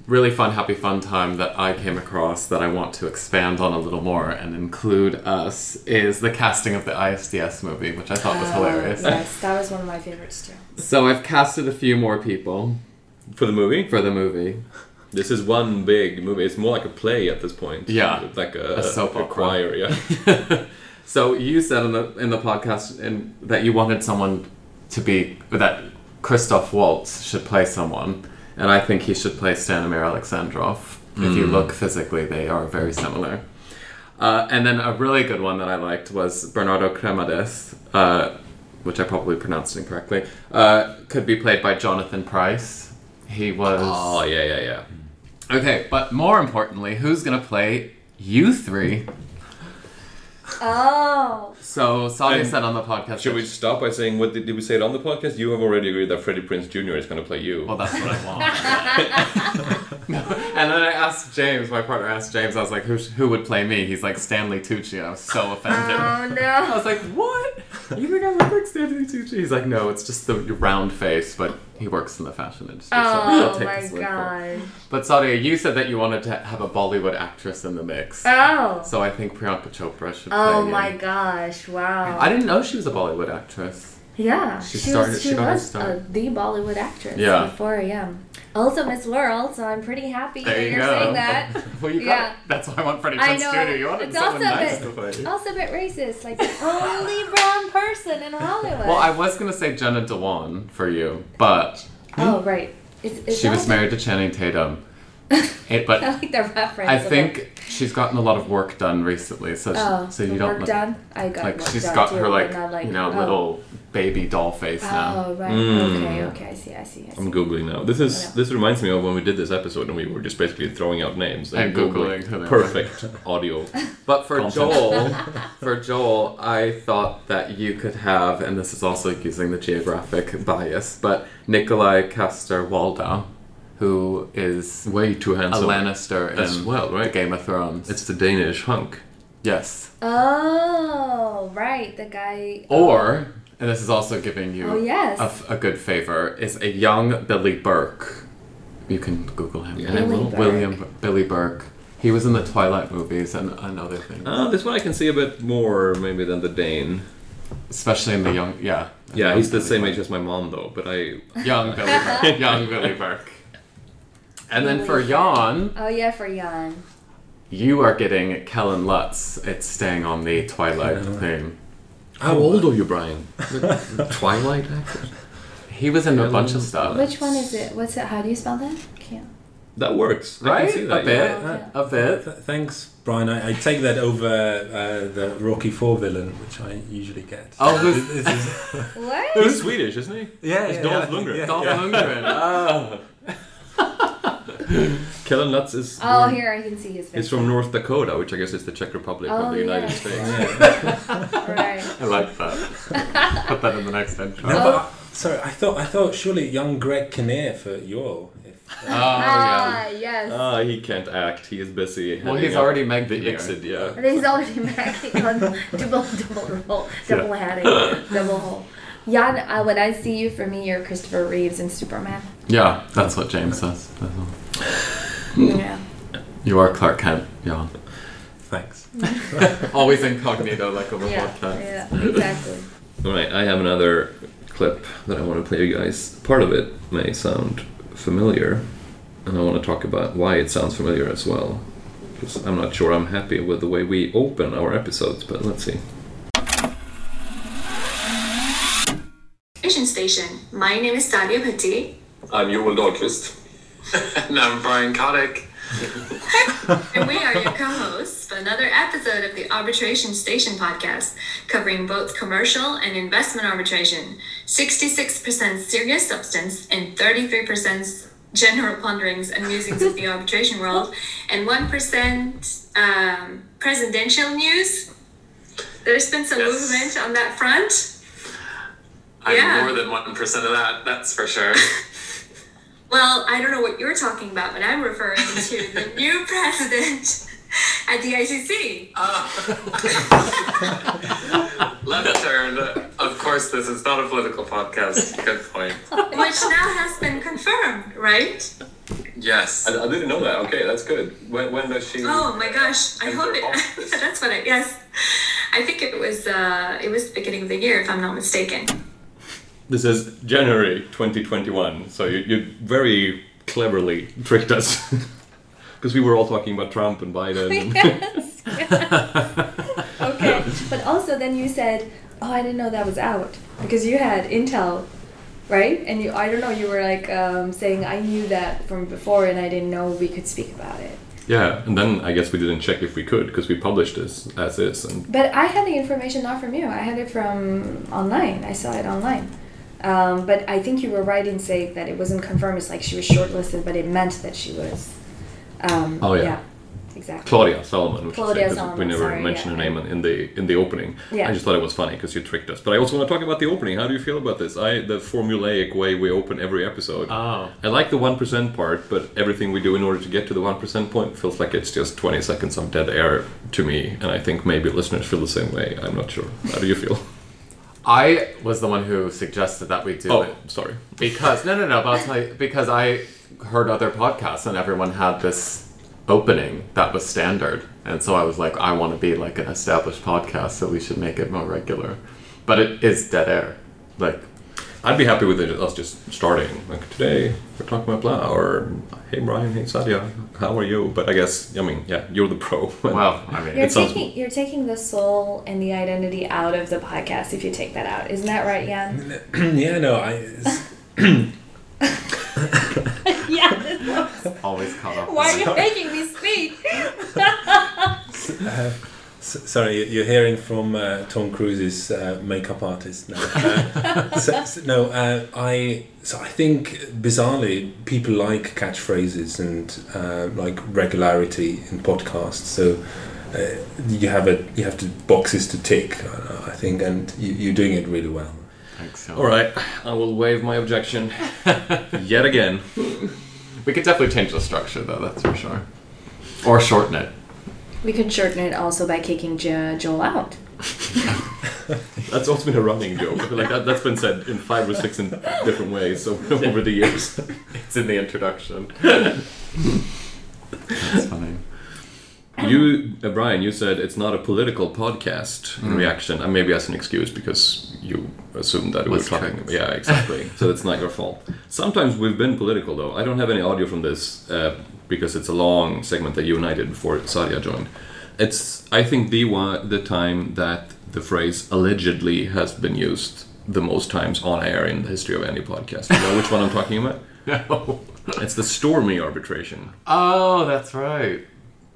really fun, happy, fun time that I came across that I want to expand on a little more and include us is the casting of the ISDS movie, which I thought was Oh. hilarious. Yes, that was one of my favorites too. So I've casted a few more people For the movie, for the movie. this is one big movie. It's more like a play at this point. Yeah. like a, A soap opera. choir. Yeah, So you said in the in the podcast in, that you wanted someone to be that Christoph Waltz should play someone, and I think he should play Stanimir Alexandrov. If Mm. you look physically, they are very similar. Uh, and then a really good one that I liked was Bernardo Cremades, uh, which I probably pronounced incorrectly. Uh, could be played by Jonathan Price. He was oh yeah, yeah, yeah. okay, but more importantly, who's gonna play you three? Oh, So Sadia And said on the podcast. Should that we stop by saying what did, did we say it on the podcast? You have already agreed that Freddie Prince Jr. is going to play you. Well, that's what I want. No, And then I asked James, my partner asked James, I was like, who, sh- who would play me? He's like, Stanley Tucci. And I was so offended. oh I no. was like, what? You think I look like Stanley Tucci? He's like, no, it's just the round face, but he works in the fashion industry. so Oh he'll take my this word for it. god. But Sadia, you said that you wanted to have a Bollywood actress in the mix. Oh. So I think Priyanka Chopra should Oh play my you. gosh! Wow. I didn't know she was a Bollywood actress. yeah, She she, started- was, she she got her was start. uh, the Bollywood actress Yeah. before am Also Miss World, so I'm pretty happy There that you you're go. saying that. Well, you got Yeah. it. That's why I want Freddie I Prinze know. Jr. You wanted It's someone also a nice bit- to play. also a bit racist, like the only brown person in Hollywood. Well, I was gonna say Jenna Dewan for you, but oh right. It's, it's she was also- married to Channing Tatum. It- I but like the reference. I of it. think she's gotten a lot of work done recently, so she, Oh, so you the don't work look- done. I got like work she's done got too, her but like, not you know oh. little Mm. baby doll face now. Oh right. Okay. Okay. I see. I see. I see. Um. I'm googling now. This is this reminds me of when we did this episode and we were just basically throwing out names And Googling who they were. Perfect audio. But for Content. Joel, for Joel, I thought that you could have, and this is also using the geographic bias, but Nikolai Castor Waldau, who is Way too a handsome. Lannister As in well, right? Game of Thrones. It's the Danish hunk. Yes. Oh right, the guy. Or, and this is also giving you Oh, yes. a f- a, good favor, is a young Billy Burke. You can Google him. Yeah, I Billy will. Burke. William Billy Burke. He was in the Twilight movies and, and other things, Uh, this one I can see a bit more maybe than the Dane. especially in the young, yeah, Yeah, he's the same age as my mom though, but I young Billy Burke, young Billy Burke. And then for Billy Jan, Burke. Oh yeah, for Jan. You are getting Kellen Lutz. It's staying on the Twilight theme. How old are you, Brian? Twilight eh? actor? He was in a bunch of stuff. Which one is it? What's it? How do you spell that? Can't. That works. I Right? can see that. a yeah. bit. yeah. A bit. Th- thanks, Brian. I, I take that over uh, the Rocky Four villain, which I usually get. Oh, who's- This is- What? He's Swedish, isn't he? yeah, It's yeah, Dolph yeah, I think- Lundgren. yeah, Dolph yeah. Lundgren. Oh. Kellen Lutz is. Oh, born- here I can see his face. He's from North Dakota, which I guess is the Czech Republic Oh, of the United yes. States. Right. I like that. Put that in the next intro. No, Oh, but I- sorry, I thought I thought surely young Greg Kinnear for Yule. If, uh, yeah. Ah, yes. Ah, he can't act. He is busy. Well, heading he's up already Meg the Kinnear. exit. Yeah. And he's already macking on double, double roll, double hatting, double hole. Jan, uh, when I see you, for me, you're Christopher Reeves in Superman. yeah, that's what James says. Yeah. You are Clark Kent. Yeah. thanks. Always incognito, like over Yeah. podcast. Yeah. Exactly. All right, I have another clip that I want to play you guys. Part of it may sound familiar, and I want to talk about why it sounds familiar as well. 'Cause I'm not sure I'm happy with the way we open our episodes, but let's see. Vision Station. My name is Dalia Patti. I'm Joel Dahlqvist. And I'm Brian Kotick. And we are your co hosts for another episode of the Arbitration Station podcast, covering both commercial and investment arbitration, 66% serious substance and 33% general ponderings and musings of the arbitration world, and 1% um, presidential news. There's been some movement on that front. I'm Yeah. more than one percent of that. That's for sure. Well, I don't know what you're talking about, but I'm referring to the new president at the ICC. Left turn. Of course, this is not a political podcast. Good point. which now has been confirmed, right? Yes. I, I didn't know that. Okay, that's good. When, when does she? Oh my gosh! I And hope they're off this. it. that's what it. Yes, I think it was. Uh, it was the beginning of the year, if I'm not mistaken. This is January 2021, so you, you very cleverly tricked us. Because we were all talking about Trump and Biden. yes. okay. But also, then you said, "Oh, I didn't know that was out," because you had intel, right? And you, I don't know, you were like um, saying, "I knew that from before, and I didn't know we could speak about it." Yeah, and then I guess we didn't check if we could because we published this as is, and But I had the information not from you. I had it from online. I saw it online. Um, but I think you were right in saying that it wasn't confirmed. It's like she was shortlisted, but it meant that she was. Um, Oh, yeah. exactly. Claudia Solomon, which Claudia is it, 'cause we Solomon, never sorry, mentioned yeah. her name in- in the in the opening. Yeah. I just thought it was funny because you tricked us. But I also want to talk about the opening. How do you feel about this? I the formulaic way we open every episode. Oh. I like the one percent part, but everything we do in order to get to the one percent point feels like it's just twenty seconds of dead air to me, and I think maybe listeners feel the same way. I'm not sure. How do you feel? I was the one who suggested that we do oh, it sorry. because no, no, no. But I'll tell you, because I heard other podcasts and everyone had this opening that was standard, and so I was like, I want to be like an established podcast, so we should make it more regular. But it is dead air, like I'd be happy with it, us just starting. Like, today we're talking about blah, or hey, Brian, hey, Sadia, how are you? But I guess, I mean, yeah, you're the pro. well, I mean, You're It sounds- taking you're taking the soul and the identity out of the podcast if you take that out. Isn't that right, Jan? yeah, no, I. It's, yeah. always caught up. Why are you making me speak? S- Sorry, you're hearing from uh, Tom Cruise's uh, makeup artist now. Uh, so, so- no, uh, I so I think bizarrely people like catchphrases and uh, like regularity in podcasts. So uh, you have a you have to boxes to tick, I I think, and you, you're doing it really well. Thanks, All Helen. right, I will waive my objection yet again. We could definitely change the structure, though. That's for sure, or shorten it. We could shorten it also by kicking jo- Joel out. That's also been a running joke. Like that, that's been said in five or six in different ways over, over the years. It's in the introduction. That's funny. you, uh, Brian, you said it's not a political podcast in Mm. reaction, and maybe as an excuse because you assumed that we were Was talking. tricked. Yeah, exactly. so it's not your fault. Sometimes we've been political though. I don't have any audio from this uh, because it's a long segment that you and I did before Sadia joined. It's I think the one the time that the phrase allegedly has been used the most times on air in the history of any podcast. You know which one I'm talking about? No. It's the Stormy arbitration Oh, that's right.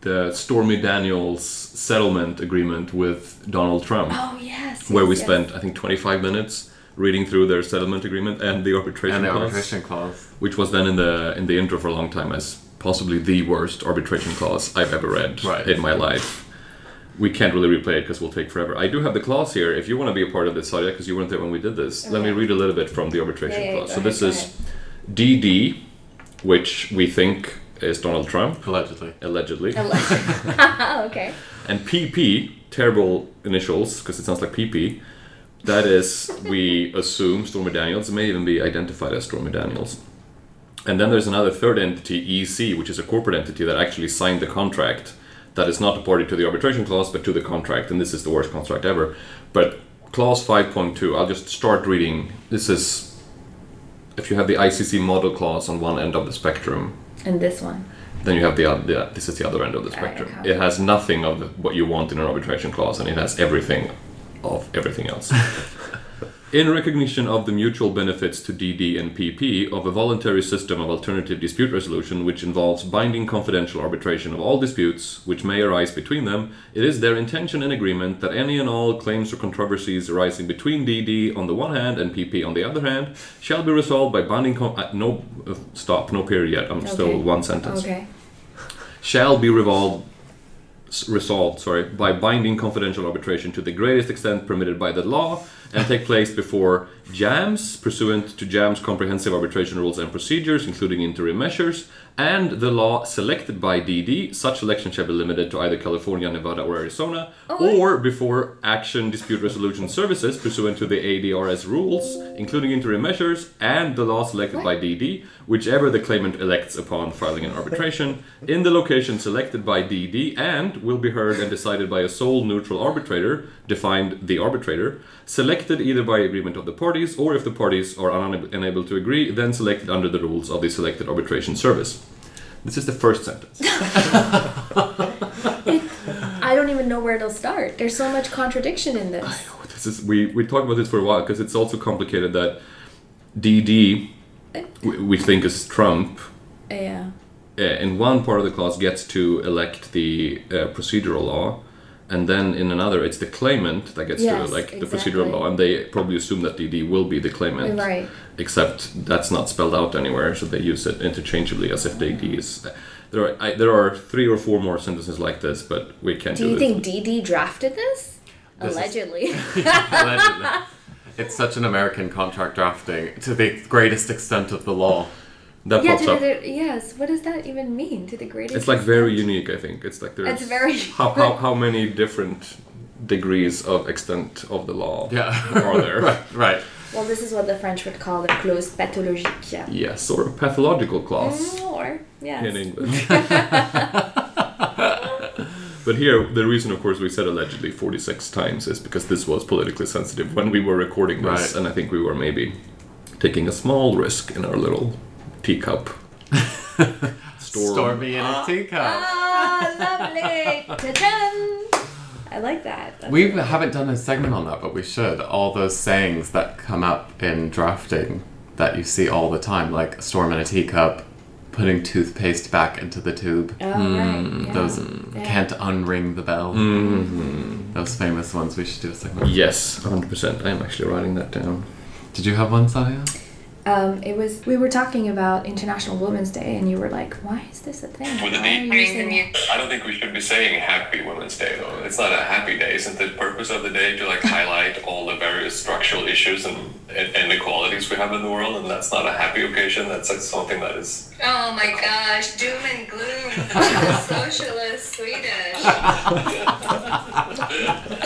the Stormy Daniels settlement agreement with Donald Trump. Oh, yes, Where yes, we yes. spent, I think, 25 minutes reading through their settlement agreement and the arbitration And the clause. arbitration clause. Which was then in the in the intro for a long time as possibly the worst arbitration clause I've ever read in my life. We can't really replay it because we'll take forever. I do have the clause here. If you want to be a part of this, Sadia, because you weren't there when we did this, let me read a little bit from the arbitration Yeah, yeah, clause. go so ahead, this go is DD, which we think is Donald Trump. Allegedly. Allegedly. okay. And PP, terrible initials because it sounds like PP. That is, we assume Stormy Daniels. It may even be identified as Stormy Daniels. And then there's another third entity, EC, which is a corporate entity that actually signed the contract that is not a party to the arbitration clause, but to the contract. And this is the worst contract ever. But clause 5.2, I'll just start reading. This is if you have the ICC model clause on one end of the spectrum, And this one. then you have the other. The, this is the other end of the Right, spectrum. It has nothing of what you want in an arbitration clause, and it has everything of everything else. in recognition of the mutual benefits to DD and PP of a voluntary system of alternative dispute resolution, which involves binding confidential arbitration of all disputes which may arise between them, it is their intention and agreement that any and all claims or controversies arising between DD on the one hand and PP on the other hand shall be resolved by binding. Com- uh, no, uh, stop. No period yet. I'm still Okay. one sentence Okay. shall be revolved, s- resolved sorry, by binding confidential arbitration to the greatest extent permitted by the law and take place before JAMS pursuant to JAMS comprehensive arbitration rules and procedures, including interim measures, and the law selected by DD. Such selection shall be limited to either California, Nevada, or Arizona, or before Action Dispute Resolution Services pursuant to the ADRS rules, including interim measures, and the law selected by DD, whichever the claimant elects upon filing an arbitration, in the location selected by DD, and will be heard and decided by a sole neutral arbitrator, defined the arbitrator, selected either by agreement of the parties, or if the parties are unab- unable to agree, then selected under the rules of the selected arbitration service. This is the first sentence. I don't even know where it'll start. There's so much contradiction in this. this is we we talked about this for a while because it's also complicated that DD we, we think is Trump Yeah. uh, in one part of the clause gets to elect the uh, procedural law and then in another it's the claimant that gets to Yes, elect the exactly. procedural law and they probably assume that DD will be the claimant Right. except that's not spelled out anywhere so they use it interchangeably as if DD is uh, there are, I, there are three or four more sentences like this but we can't do, Do you this. think DD drafted this? This is- Allegedly. Allegedly. It's such an American contract drafting to the greatest extent of the law. That yeah, to the, the- yes. What does that even mean? To the greatest. It's like very unique, I think. It's like there's It's very- how, how, how many different degrees of extent of the law Yeah. are there? Right, right. Well, this is what the French would call the clause pathologique. Yeah. Yes, or a pathological Ah. clause Or yes. in English. but here, the reason, of course, we said allegedly 46 times is because this was politically sensitive when we were recording this, Right. and I think we were maybe taking a small risk in our little teacup. Storm. Stormy in a teacup. Ah, lovely. Ta-dum. I like that. That's We good. haven't done a segment on that, but we should. All those sayings that come up in drafting that you see all the time, like storm in a teacup, putting toothpaste back into the tube. Ah. Oh, right, yeah. Hmm, Those Yeah. can't unring the bell. Mhm. Those famous ones. We should do a segment. on. Yes, 100%. I am actually writing that down. Did you have one, Saya? Um, it was we were talking about International Women's Day, and you were like, "Why is this a thing? With the Why are deep you saying that?" I don't think we should be saying Happy Women's Day though. It's not a happy day. Isn't the purpose of the day to like highlight all the various structural issues and and inequalities we have in the world? And that's not a happy occasion. That's like something that is. Oh my gosh, doom and gloom. Socialist Swedish.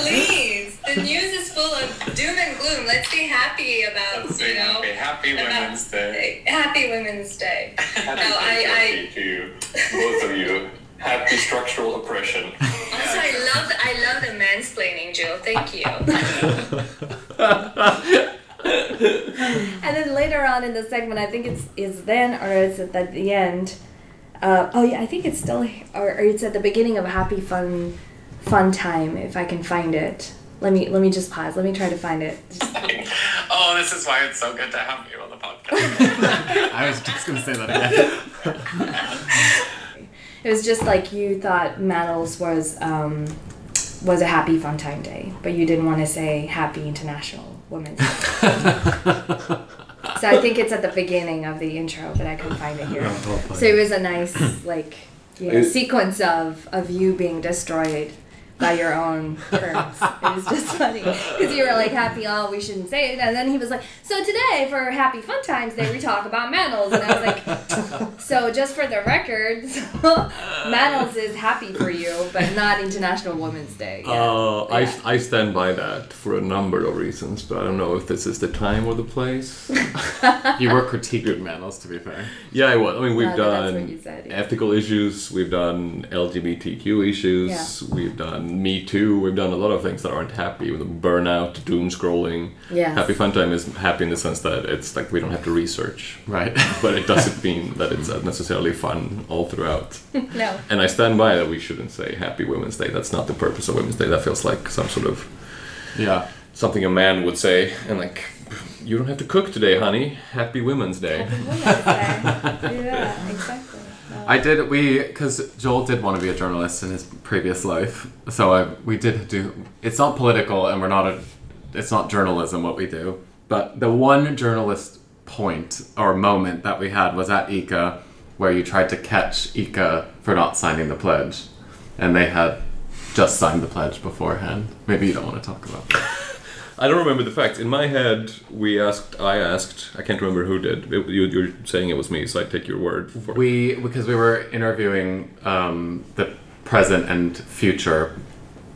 Please, the news is full of doom and gloom. Let's be happy about, you know, happy, happy about- Women's Day. Happy Women's Day. Happy I- Thursday to you, both of you. happy structural oppression. Also, I love I love the mansplaining, Jill. Thank you. and then later on in the segment, I think it's is then or is it at the end? Uh, oh yeah, I think it's still or, or it's at the beginning of Happy Fun Fun Time if I can find it. Let me let me just pause. Let me try to find it. Oh, this is why it's so good to have you on the podcast. I was just gonna say that again. It was just like you thought Mattles was um, was a Happy Fun Time Day, but you didn't want to say Happy International Women's. Day. so I think it's at the beginning of the intro, but I couldn't find it here. So it was a nice like you know, It- sequence of of you being destroyed by your own terms. it was just funny because you were like happy. Oh, we shouldn't say it, and then he was like, so today for Happy Fun Times Day, we talk about Mattles, and I was like. So just for the record, Manos is happy for you, but not International Women's Day. Uh, I, I stand by that for a number of reasons, but I don't know if this is the time or the place. you were critiquing Manos, to be fair. Yeah, I was. I mean, we've Oh, that's what done you said, yeah. ethical issues, we've done LGBTQ issues, Yeah. we've done Me Too, we've done a lot of things that aren't happy with burnout, doom scrolling. Yes. Happy Fun Time is happy in the sense that it's like we don't have to research, Right. but it doesn't mean that it's uh, necessarily fun all throughout. No. And I stand by that we shouldn't say Happy Women's Day. That's not the purpose of Women's Day. That feels like some sort of Yeah. something a man would say, and like, you don't have to cook today, honey. Happy Women's Day. yeah, exactly. I did. We because Joel did want to be a journalist in his previous life, so I we did do. It's not political, and we're not a. It's not journalism what we do, but the one journalist point or moment that we had was at ICA, where you tried to catch ICA for not signing the pledge, and they had just signed the pledge beforehand. Maybe you don't want to talk about. That. I don't remember the facts. In my head, we asked, I asked, I can't remember who did. It- you, you're saying it was me, so I take your word for it. We because we were interviewing um, the present and future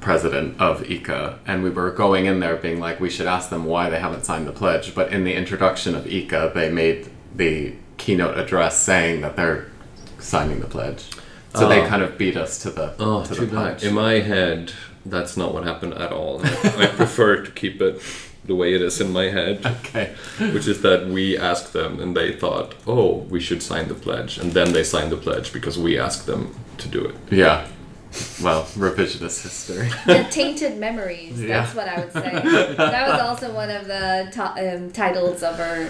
president of ICA, and we were going in there being like, we should ask them why they haven't signed the pledge. But in the introduction of ICA, they made the keynote address saying that they're signing the pledge. So they Oh. kind of beat us to the Oh, to the too bad. punch. In my head, that's not what happened at all. I, I prefer to keep it the way it is in my head, Okay. which is that we asked them and they thought, oh, we should sign the pledge. And then they signed the pledge because we asked them to do it. Yeah. Well, revisionist history. The tainted memories. Yeah. That's what I would say. That was also one of the to- um, titles of our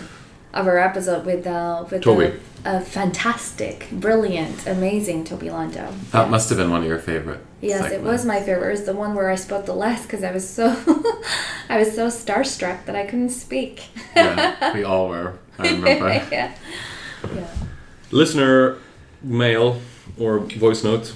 of our episode with uh, with Toby. The, uh, fantastic, brilliant, amazing Toby Londo. That must have been one of your favorite. Yes, it segments. was my favorite. It was the one where I spoke the less because I was so I was so starstruck that I couldn't speak. yeah, we all were. I remember. yeah. Yeah. Listener mail or voice notes.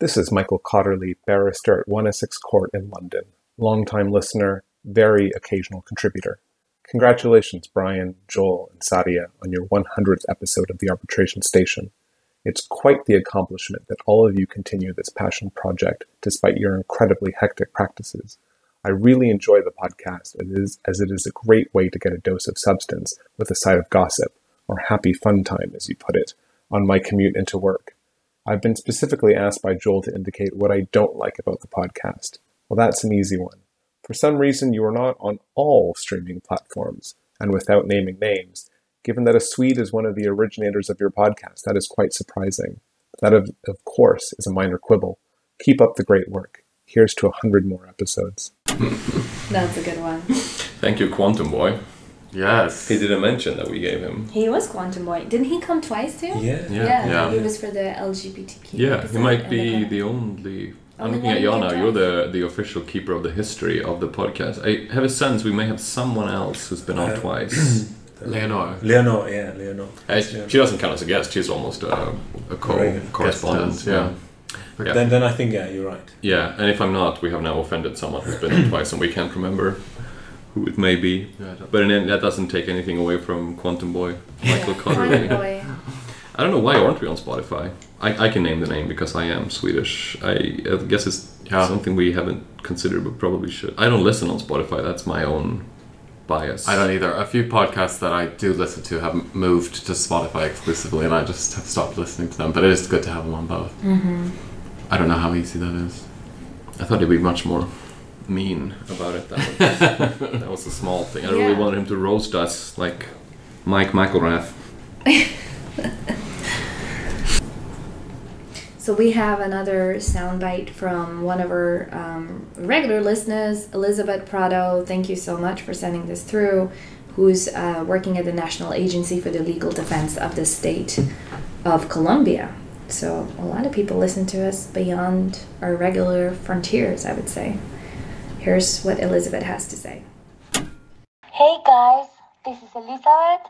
This is Michael Cotterley, barrister at 106 Court in London, longtime listener, very occasional contributor. Congratulations, Brian, Joel, and Sadia, on your 100th episode of The Arbitration Station. It's quite the accomplishment that all of you continue this passion project despite your incredibly hectic practices. I really enjoy the podcast as it is, as it is a great way to get a dose of substance with a side of gossip, or happy fun time, as you put it, on my commute into work. I've been specifically asked by Joel to indicate what I don't like about the podcast. Well, that's an easy one. For some reason, you are not on all streaming platforms, and without naming names, given that a Swede is one of the originators of your podcast, that is quite surprising. That, of, of course, is a minor quibble. Keep up the great work. Here's to a 100 more episodes. That's a good one. Thank you, Quantum Boy. Yes. He didn't mention that we gave him. He was Quantum Boy. Didn't he come twice too? Yeah. Yeah. Yeah. He was for the LGBTQ. Yeah, he episode might and be then- the only. I'm Only looking at one you who now. can You're the the official keeper of the history of the podcast. I have a sense we may have someone else who's been on Uh, twice. Leonor. Leonor, yeah, Leonor. Uh, she she doesn't count as a guest. She's almost a, a co Right. correspondent. Guest host, Yeah. Then, then I think, yeah, you're right. Yeah, and if I'm not, we have now offended someone who's been on twice, and we can't remember who it may be. Yeah, I don't- But in the end, that doesn't take anything away from Quantum Boy, Michael Quantum Connery. Boy. I don't know why aren't we on Spotify. I, I can name the name because I am Swedish. I, I guess it's Yeah. something we haven't considered, but probably should. I don't listen on Spotify. That's my own bias. I don't either. A few podcasts that I do listen to have moved to Spotify exclusively, and I just have stopped listening to them. But it is good to have them on both. Mhm. I don't know how easy that is. I thought it'd be much more mean about it. That was, that was a small thing. I really Yeah. wanted him to roast us like Mike McElrath. So we have another soundbite from one of our um, regular listeners, Elizabeth Prado. Thank you so much for sending this through. Who's uh, working at the National Agency for the Legal Defense of the State of Colombia? So a lot of people listen to us beyond our regular frontiers, I would say. Here's what Elizabeth has to say. Hey guys, this is Elizabeth.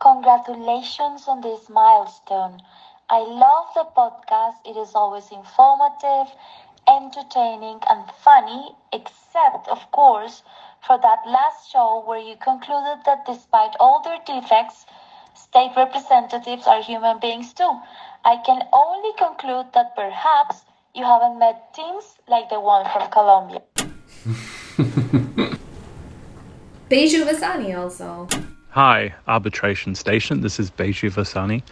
Congratulations on this milestone. I love the podcast. It is always informative, entertaining, and funny, except, of course, for that last show where you concluded that despite all their defects, state representatives are human beings too. I can only conclude that perhaps you haven't met teams like the one from Colombia. Beju Vasani also. Hi, Arbitration Station. This is Beju Vasani.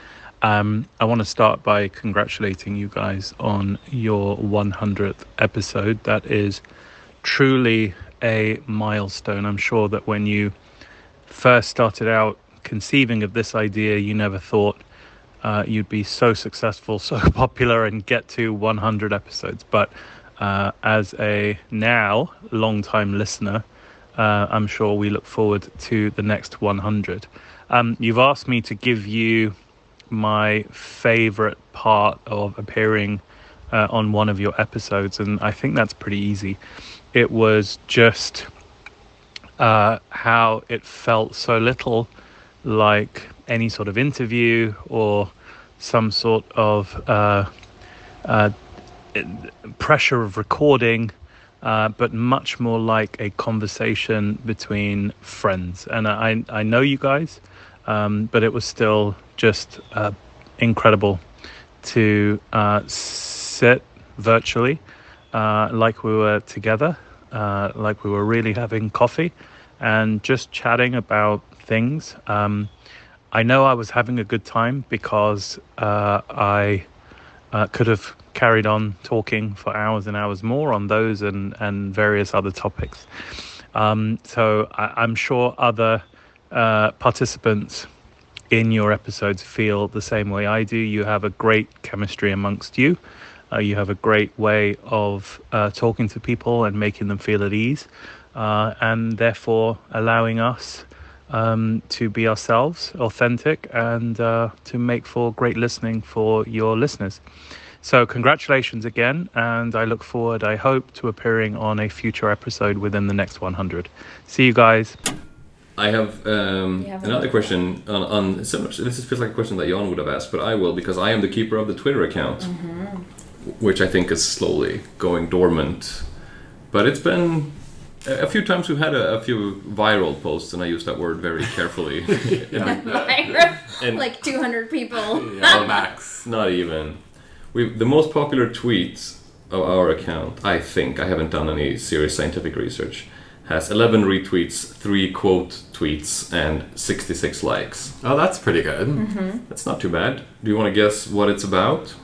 Um, I want to start by congratulating you guys on your 100th episode. That is truly a milestone. I'm sure that when you first started out conceiving of this idea, you never thought uh, you'd be so successful, so popular, and get to 100 episodes. But uh, as a now long-time listener, uh, I'm sure we look forward to the next 100. Um, you've asked me to give you my favorite part of appearing uh, on one of your episodes, and I think that's pretty easy. It was just uh, how it felt so little like any sort of interview or some sort of uh, uh, pressure of recording, uh, but much more like a conversation between friends. And I, I know you guys, um, but it was still just uh, incredible to uh, sit virtually uh, like we were together, uh, like we were really having coffee and just chatting about things. Um, I know I was having a good time because uh, I uh, could have carried on talking for hours and hours more on those and, and various other topics. Um, so I, I'm sure other uh, participants in your episodes feel the same way I do. You have a great chemistry amongst you. Uh, you have a great way of uh, talking to people and making them feel at ease, uh, and therefore allowing us um, to be ourselves, authentic, and uh, to make for great listening for your listeners. So, congratulations again, and I look forward, I hope, to appearing on a future episode within the next 100. See you guys. I have um, You have another another. question on, on similar. This is- feels like a question that Jan would have asked, but I will because I am the keeper of the Twitter account, Mm-hmm. which I think is slowly going dormant. But it's been a a few times we've had a, a few viral posts, and I use that word very carefully. And- like 200 people. max. Not even. We the most popular tweet of our account, I think. I haven't done any serious scientific research. Has 11 retweets, three quote tweets, and 66 likes. Oh, that's pretty good. Mhm. That's not too bad. Do you want to guess what it's about?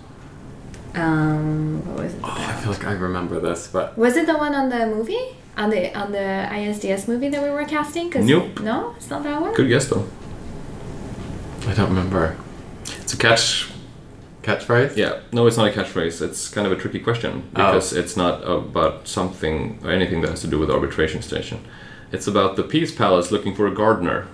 Um, what was it? I feel like I remember this, but Was it the one on the movie? On the on the ISDS movie that we were casting? 'Cause- Nope. No, it's not that one. Good guess though. I don't remember. It's a catch. Catchphrase? Yeah. No, it's not a catchphrase. It's kind of a tricky question because it's not about something or anything that has to do with arbitration station. It's about the Peace Palace looking for a gardener.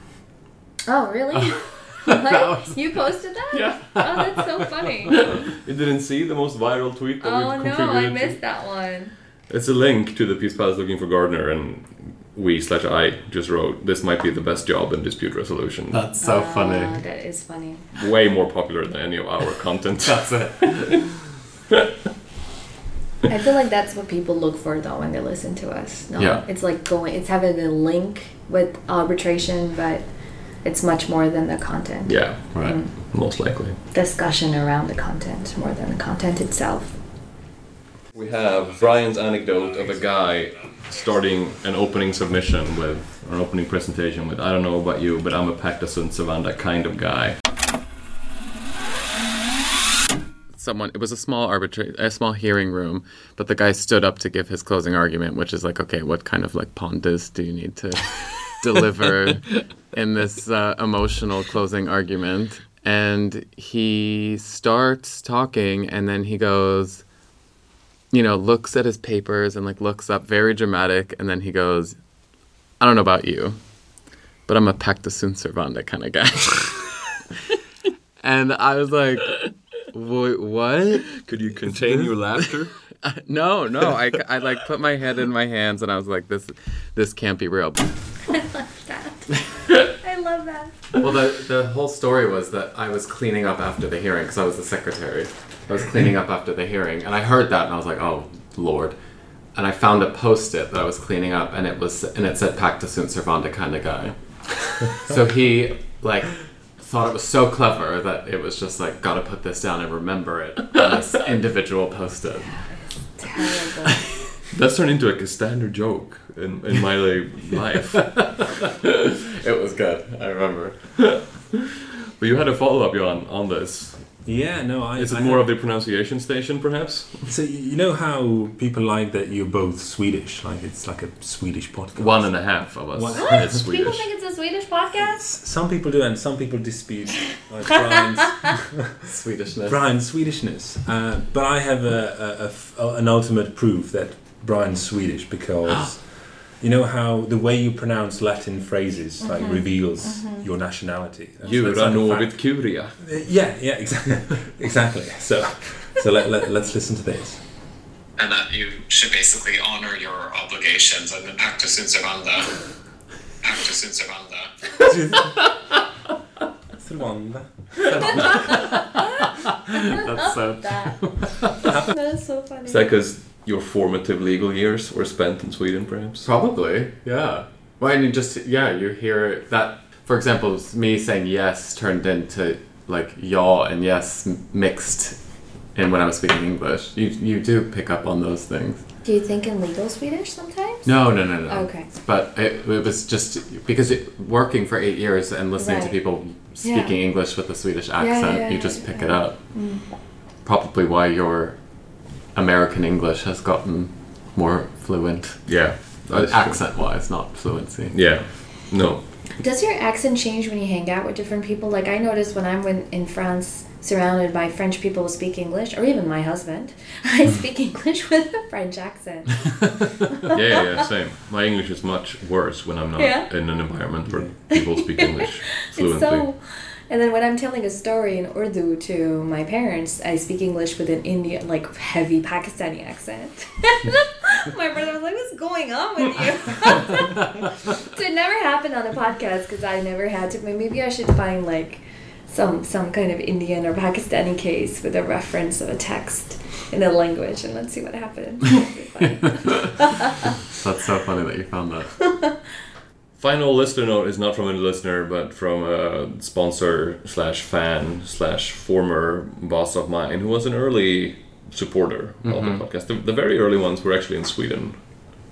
Oh, really? Like, you posted that? Yeah. Oh, that's so funny. You didn't see the most viral tweet that oh we've no, contributed I to? missed that one. It's a link to the Peace Palace looking for Gardner, and we slash I just wrote, "This might be the best job in dispute resolution." That's so Oh, that is funny. Way more popular than any of our content. That's it. I feel like that's what people look for though when they listen to us. No, Yeah. it's like going, it's having a link with arbitration, but it's much more than the content. Yeah, right. Most likely. Discussion around the content more than the content itself. We have Brian's anecdote of a guy starting an opening submission with or an opening presentation with, I don't know about you, but I'm a Pactasun Savanda kind of guy. someone it was a small arbitra- a small hearing room but the guy stood up to give his closing argument which is like okay what kind of like pondus do you need to deliver in this uh, emotional closing argument and he starts talking and then he goes you know looks at his papers and like looks up very dramatic and then he goes i don't know about you but i'm a pacta sunt servanda kind of guy and i was like Wait, what? Could you contain your laughter? no, no. I, I like put my head in my hands and I was like, this, this can't be real. I love that. Well, the, the whole story was that I was cleaning up after the hearing because I was the secretary. I was cleaning up after the hearing and I heard that and I was like, oh, Lord. And I found a post it that I was cleaning up and it was and it said Pacta sunt servanda kind of guy. so he like thought it was so clever that it was just like gotta put this down and remember it on this individual post-it. That's turned into like a standard joke in, in my like, life. it was good, I remember. But you had a follow up, Johan, on this. Yeah, no, I. Is it I more had- of the pronunciation station, perhaps? So you know how people like that you're both Swedish, like it's like a Swedish podcast. One and a half of us. One- What? People think it's a Swedish podcast? Some people do, and some people dispute like Brian's Swedishness. Brian's Swedishness. Uh, but I have a, a- a f- an ultimate proof that Brian's Swedish because you know how the way you pronounce Latin phrases like Mhm. reveals Mhm. your nationality. That's- that's Jura like a fact. novit curia. Uh, Yeah, yeah, exactly, exactly. So, so let, let, let's listen to this. and that you should basically honor your obligations and the pacta sunt servanda. Pacta sunt servanda. Servanda. That's so That is so funny. Is that because your formative legal years were spent in Sweden, perhaps? Probably, yeah. Well, and you just yeah, you hear that. For example, it's me saying yes turned into like y'all and yes m- mixed, and when I was speaking English, you you do pick up on those things. Do you think in legal Swedish sometimes? No, no, no, no. Okay. But it, it was just because it, working for eight years and listening to Right. people Yeah. speaking English with a Swedish Yeah, yeah, accent, yeah, you yeah, just pick yeah. it up. Mm. Probably why your American English has gotten more fluent. Yeah. uh, that's true. accent wise, not fluency. Yeah. No. Does your accent change when you hang out with different people? Like I notice when I'm in, in France, surrounded by French people who speak English, or even my husband, I speak English with a French accent. yeah, yeah, yeah, same. My English is much worse when I'm not Yeah. in an environment where people speak English It's fluently. so. And then when I'm telling a story in Urdu to my parents, I speak English with an Indian, like heavy Pakistani accent. my brother was like, "What's going on with you?" so it never happened on a podcast because I never had to. Maybe I should find like some some kind of Indian or Pakistani case with a reference of a text in a language, and let's see what happens. That's so funny that you found that. Final listener note is not from a listener, but from a sponsor slash fan slash former boss of mine who was an early supporter of Mhm. the podcast. The, the very early ones were actually in Sweden.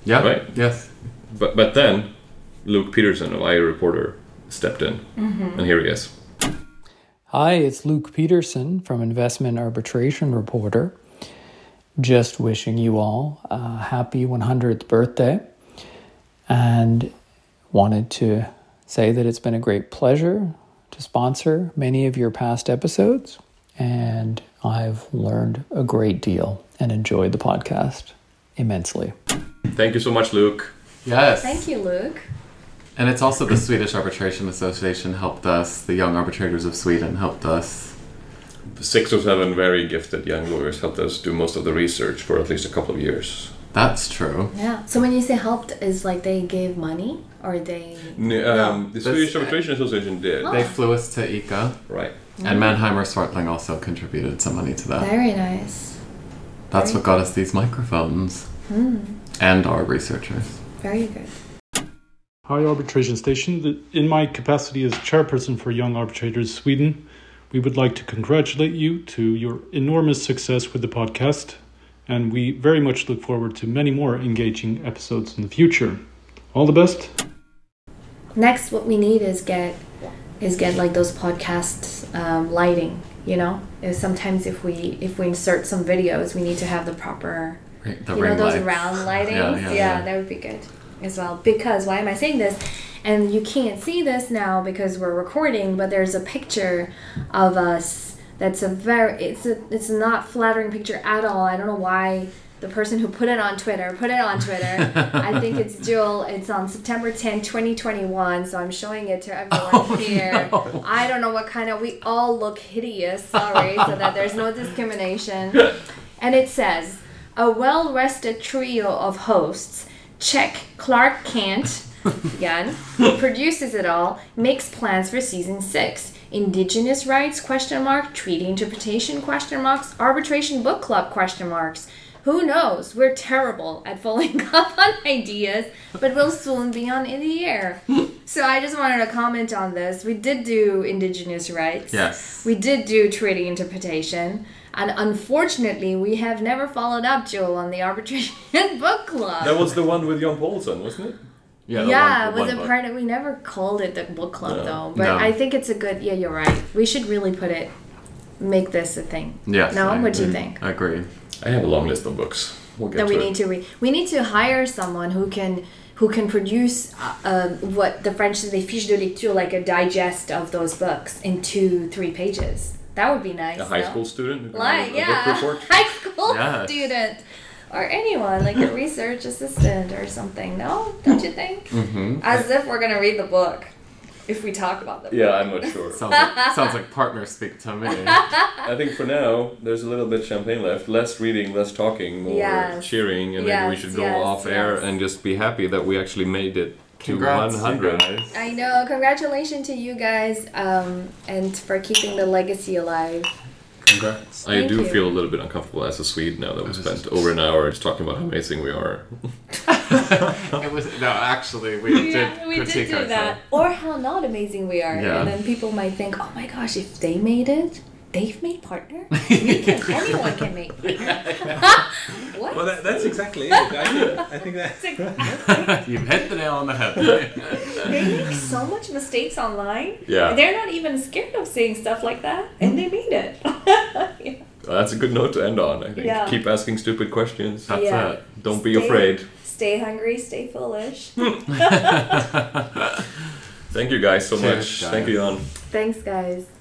Yeah, Right? Yes. But, but then Luke Peterson of IA Reporter stepped in, Mhm. Mm-hmm. and here he is. Hi, it's Luke Peterson from Investment Arbitration Reporter. Just wishing you all a happy 100th birthday and wanted to say that it's been a great pleasure to sponsor many of your past episodes and I've learned a great deal and enjoyed the podcast immensely. Thank you so much, Luke. Yes. Thank you, Luke. And it's also the Swedish Arbitration Association helped us, the Young Arbitrators of Sweden helped us. Six or seven very gifted young lawyers helped us do most of the research for at least a couple of years. That's true. Yeah. So when you say helped, is like they gave money or they? um, the That's- Swedish Arbitration Association Oh. did. They flew us to ICA. Right. And Mannheimer Swartling also contributed some money to that. Very nice. That's very- what got us these microphones Mm. Hmm. and our researchers. Very good. Hi, Arbitration Station. The- In my capacity as chairperson for Young Arbitrators Sweden, we would like to congratulate you to your enormous success with the podcast, and we very much look forward to many more engaging episodes in the future. All the best. next what we need is get is get like those podcast um, lighting you know if sometimes if we if we insert some videos we need to have the proper Right, the you know ring those lights. round lighting Yeah, yeah, yeah, yeah. that would be good as well because why am i saying this and you can't see this now because we're recording but there's a picture of us that's a very it's a it's not flattering picture at all i don't know why the person who put it on twitter put it on twitter i think it's jewel it's on september 10 2021 so i'm showing it to everyone here i don't know what kind of we all look hideous sorry so that there's no discrimination and it says a well-rested trio of hosts check clark kent Yan, who produces it all, makes plans for season six. Indigenous rights question mark, treaty interpretation question marks, arbitration book club question marks. Who knows? We're terrible at following up on ideas, but we'll soon be on in the air. So I just wanted to comment on this. We did do indigenous rights. Yes. We did do treaty interpretation. And unfortunately, we have never followed up, Joel, on the arbitration book club. That was the one with John Paulson, wasn't it? Yeah, it was a part of. We never called it the book club No. though, but No. I think it's a good. Yeah, you're right. We should really put it, make this a thing. Yes, No, I what do you agree. think? I agree. I have a long list of books. We'll get That we to need it. to re- we need to hire someone who can who can produce uh, uh, what the French say les fiches de lecture, like a digest of those books in two three pages. That would be nice. A high no? school student who can Like write a yeah, book report. high school Yes. student or anyone like a research assistant or something. No, don't you think? Mm-hmm. As if we're gonna read the book if we talk about the book. Yeah, I'm not sure. sounds, like, sounds like partners speak to me. I think for now there's a little bit of champagne left. Less reading, less talking, more Yes. cheering, and maybe we Yes, should go yes, off air yes. and just be happy that we actually made it to Congrats, you 100. I know. Congratulations to you guys um, and for keeping the legacy alive. Congrats. I Thank do you. feel a little bit uncomfortable as a Swede now that we spent over an hour just talking about how amazing we are. it was no, actually, we did critique ourselves. Or how not amazing we are. Yeah. And then people might think, oh my gosh, if they made it, they've made partner. We can, anyone can make partner. what? Well, that, that's exactly it. I think, I think that's You've hit the nail on the head. They make so much mistakes online. Yeah. They're not even scared of saying stuff like that, and they made it. Well, Uh, that's a good note to end on, I think. Yeah. Keep asking stupid questions. That's Yeah. it. Don't be Stay- afraid. Stay hungry, stay foolish. Thank you guys so Cheers, much. guys. Thank you, Jan. Thanks, guys.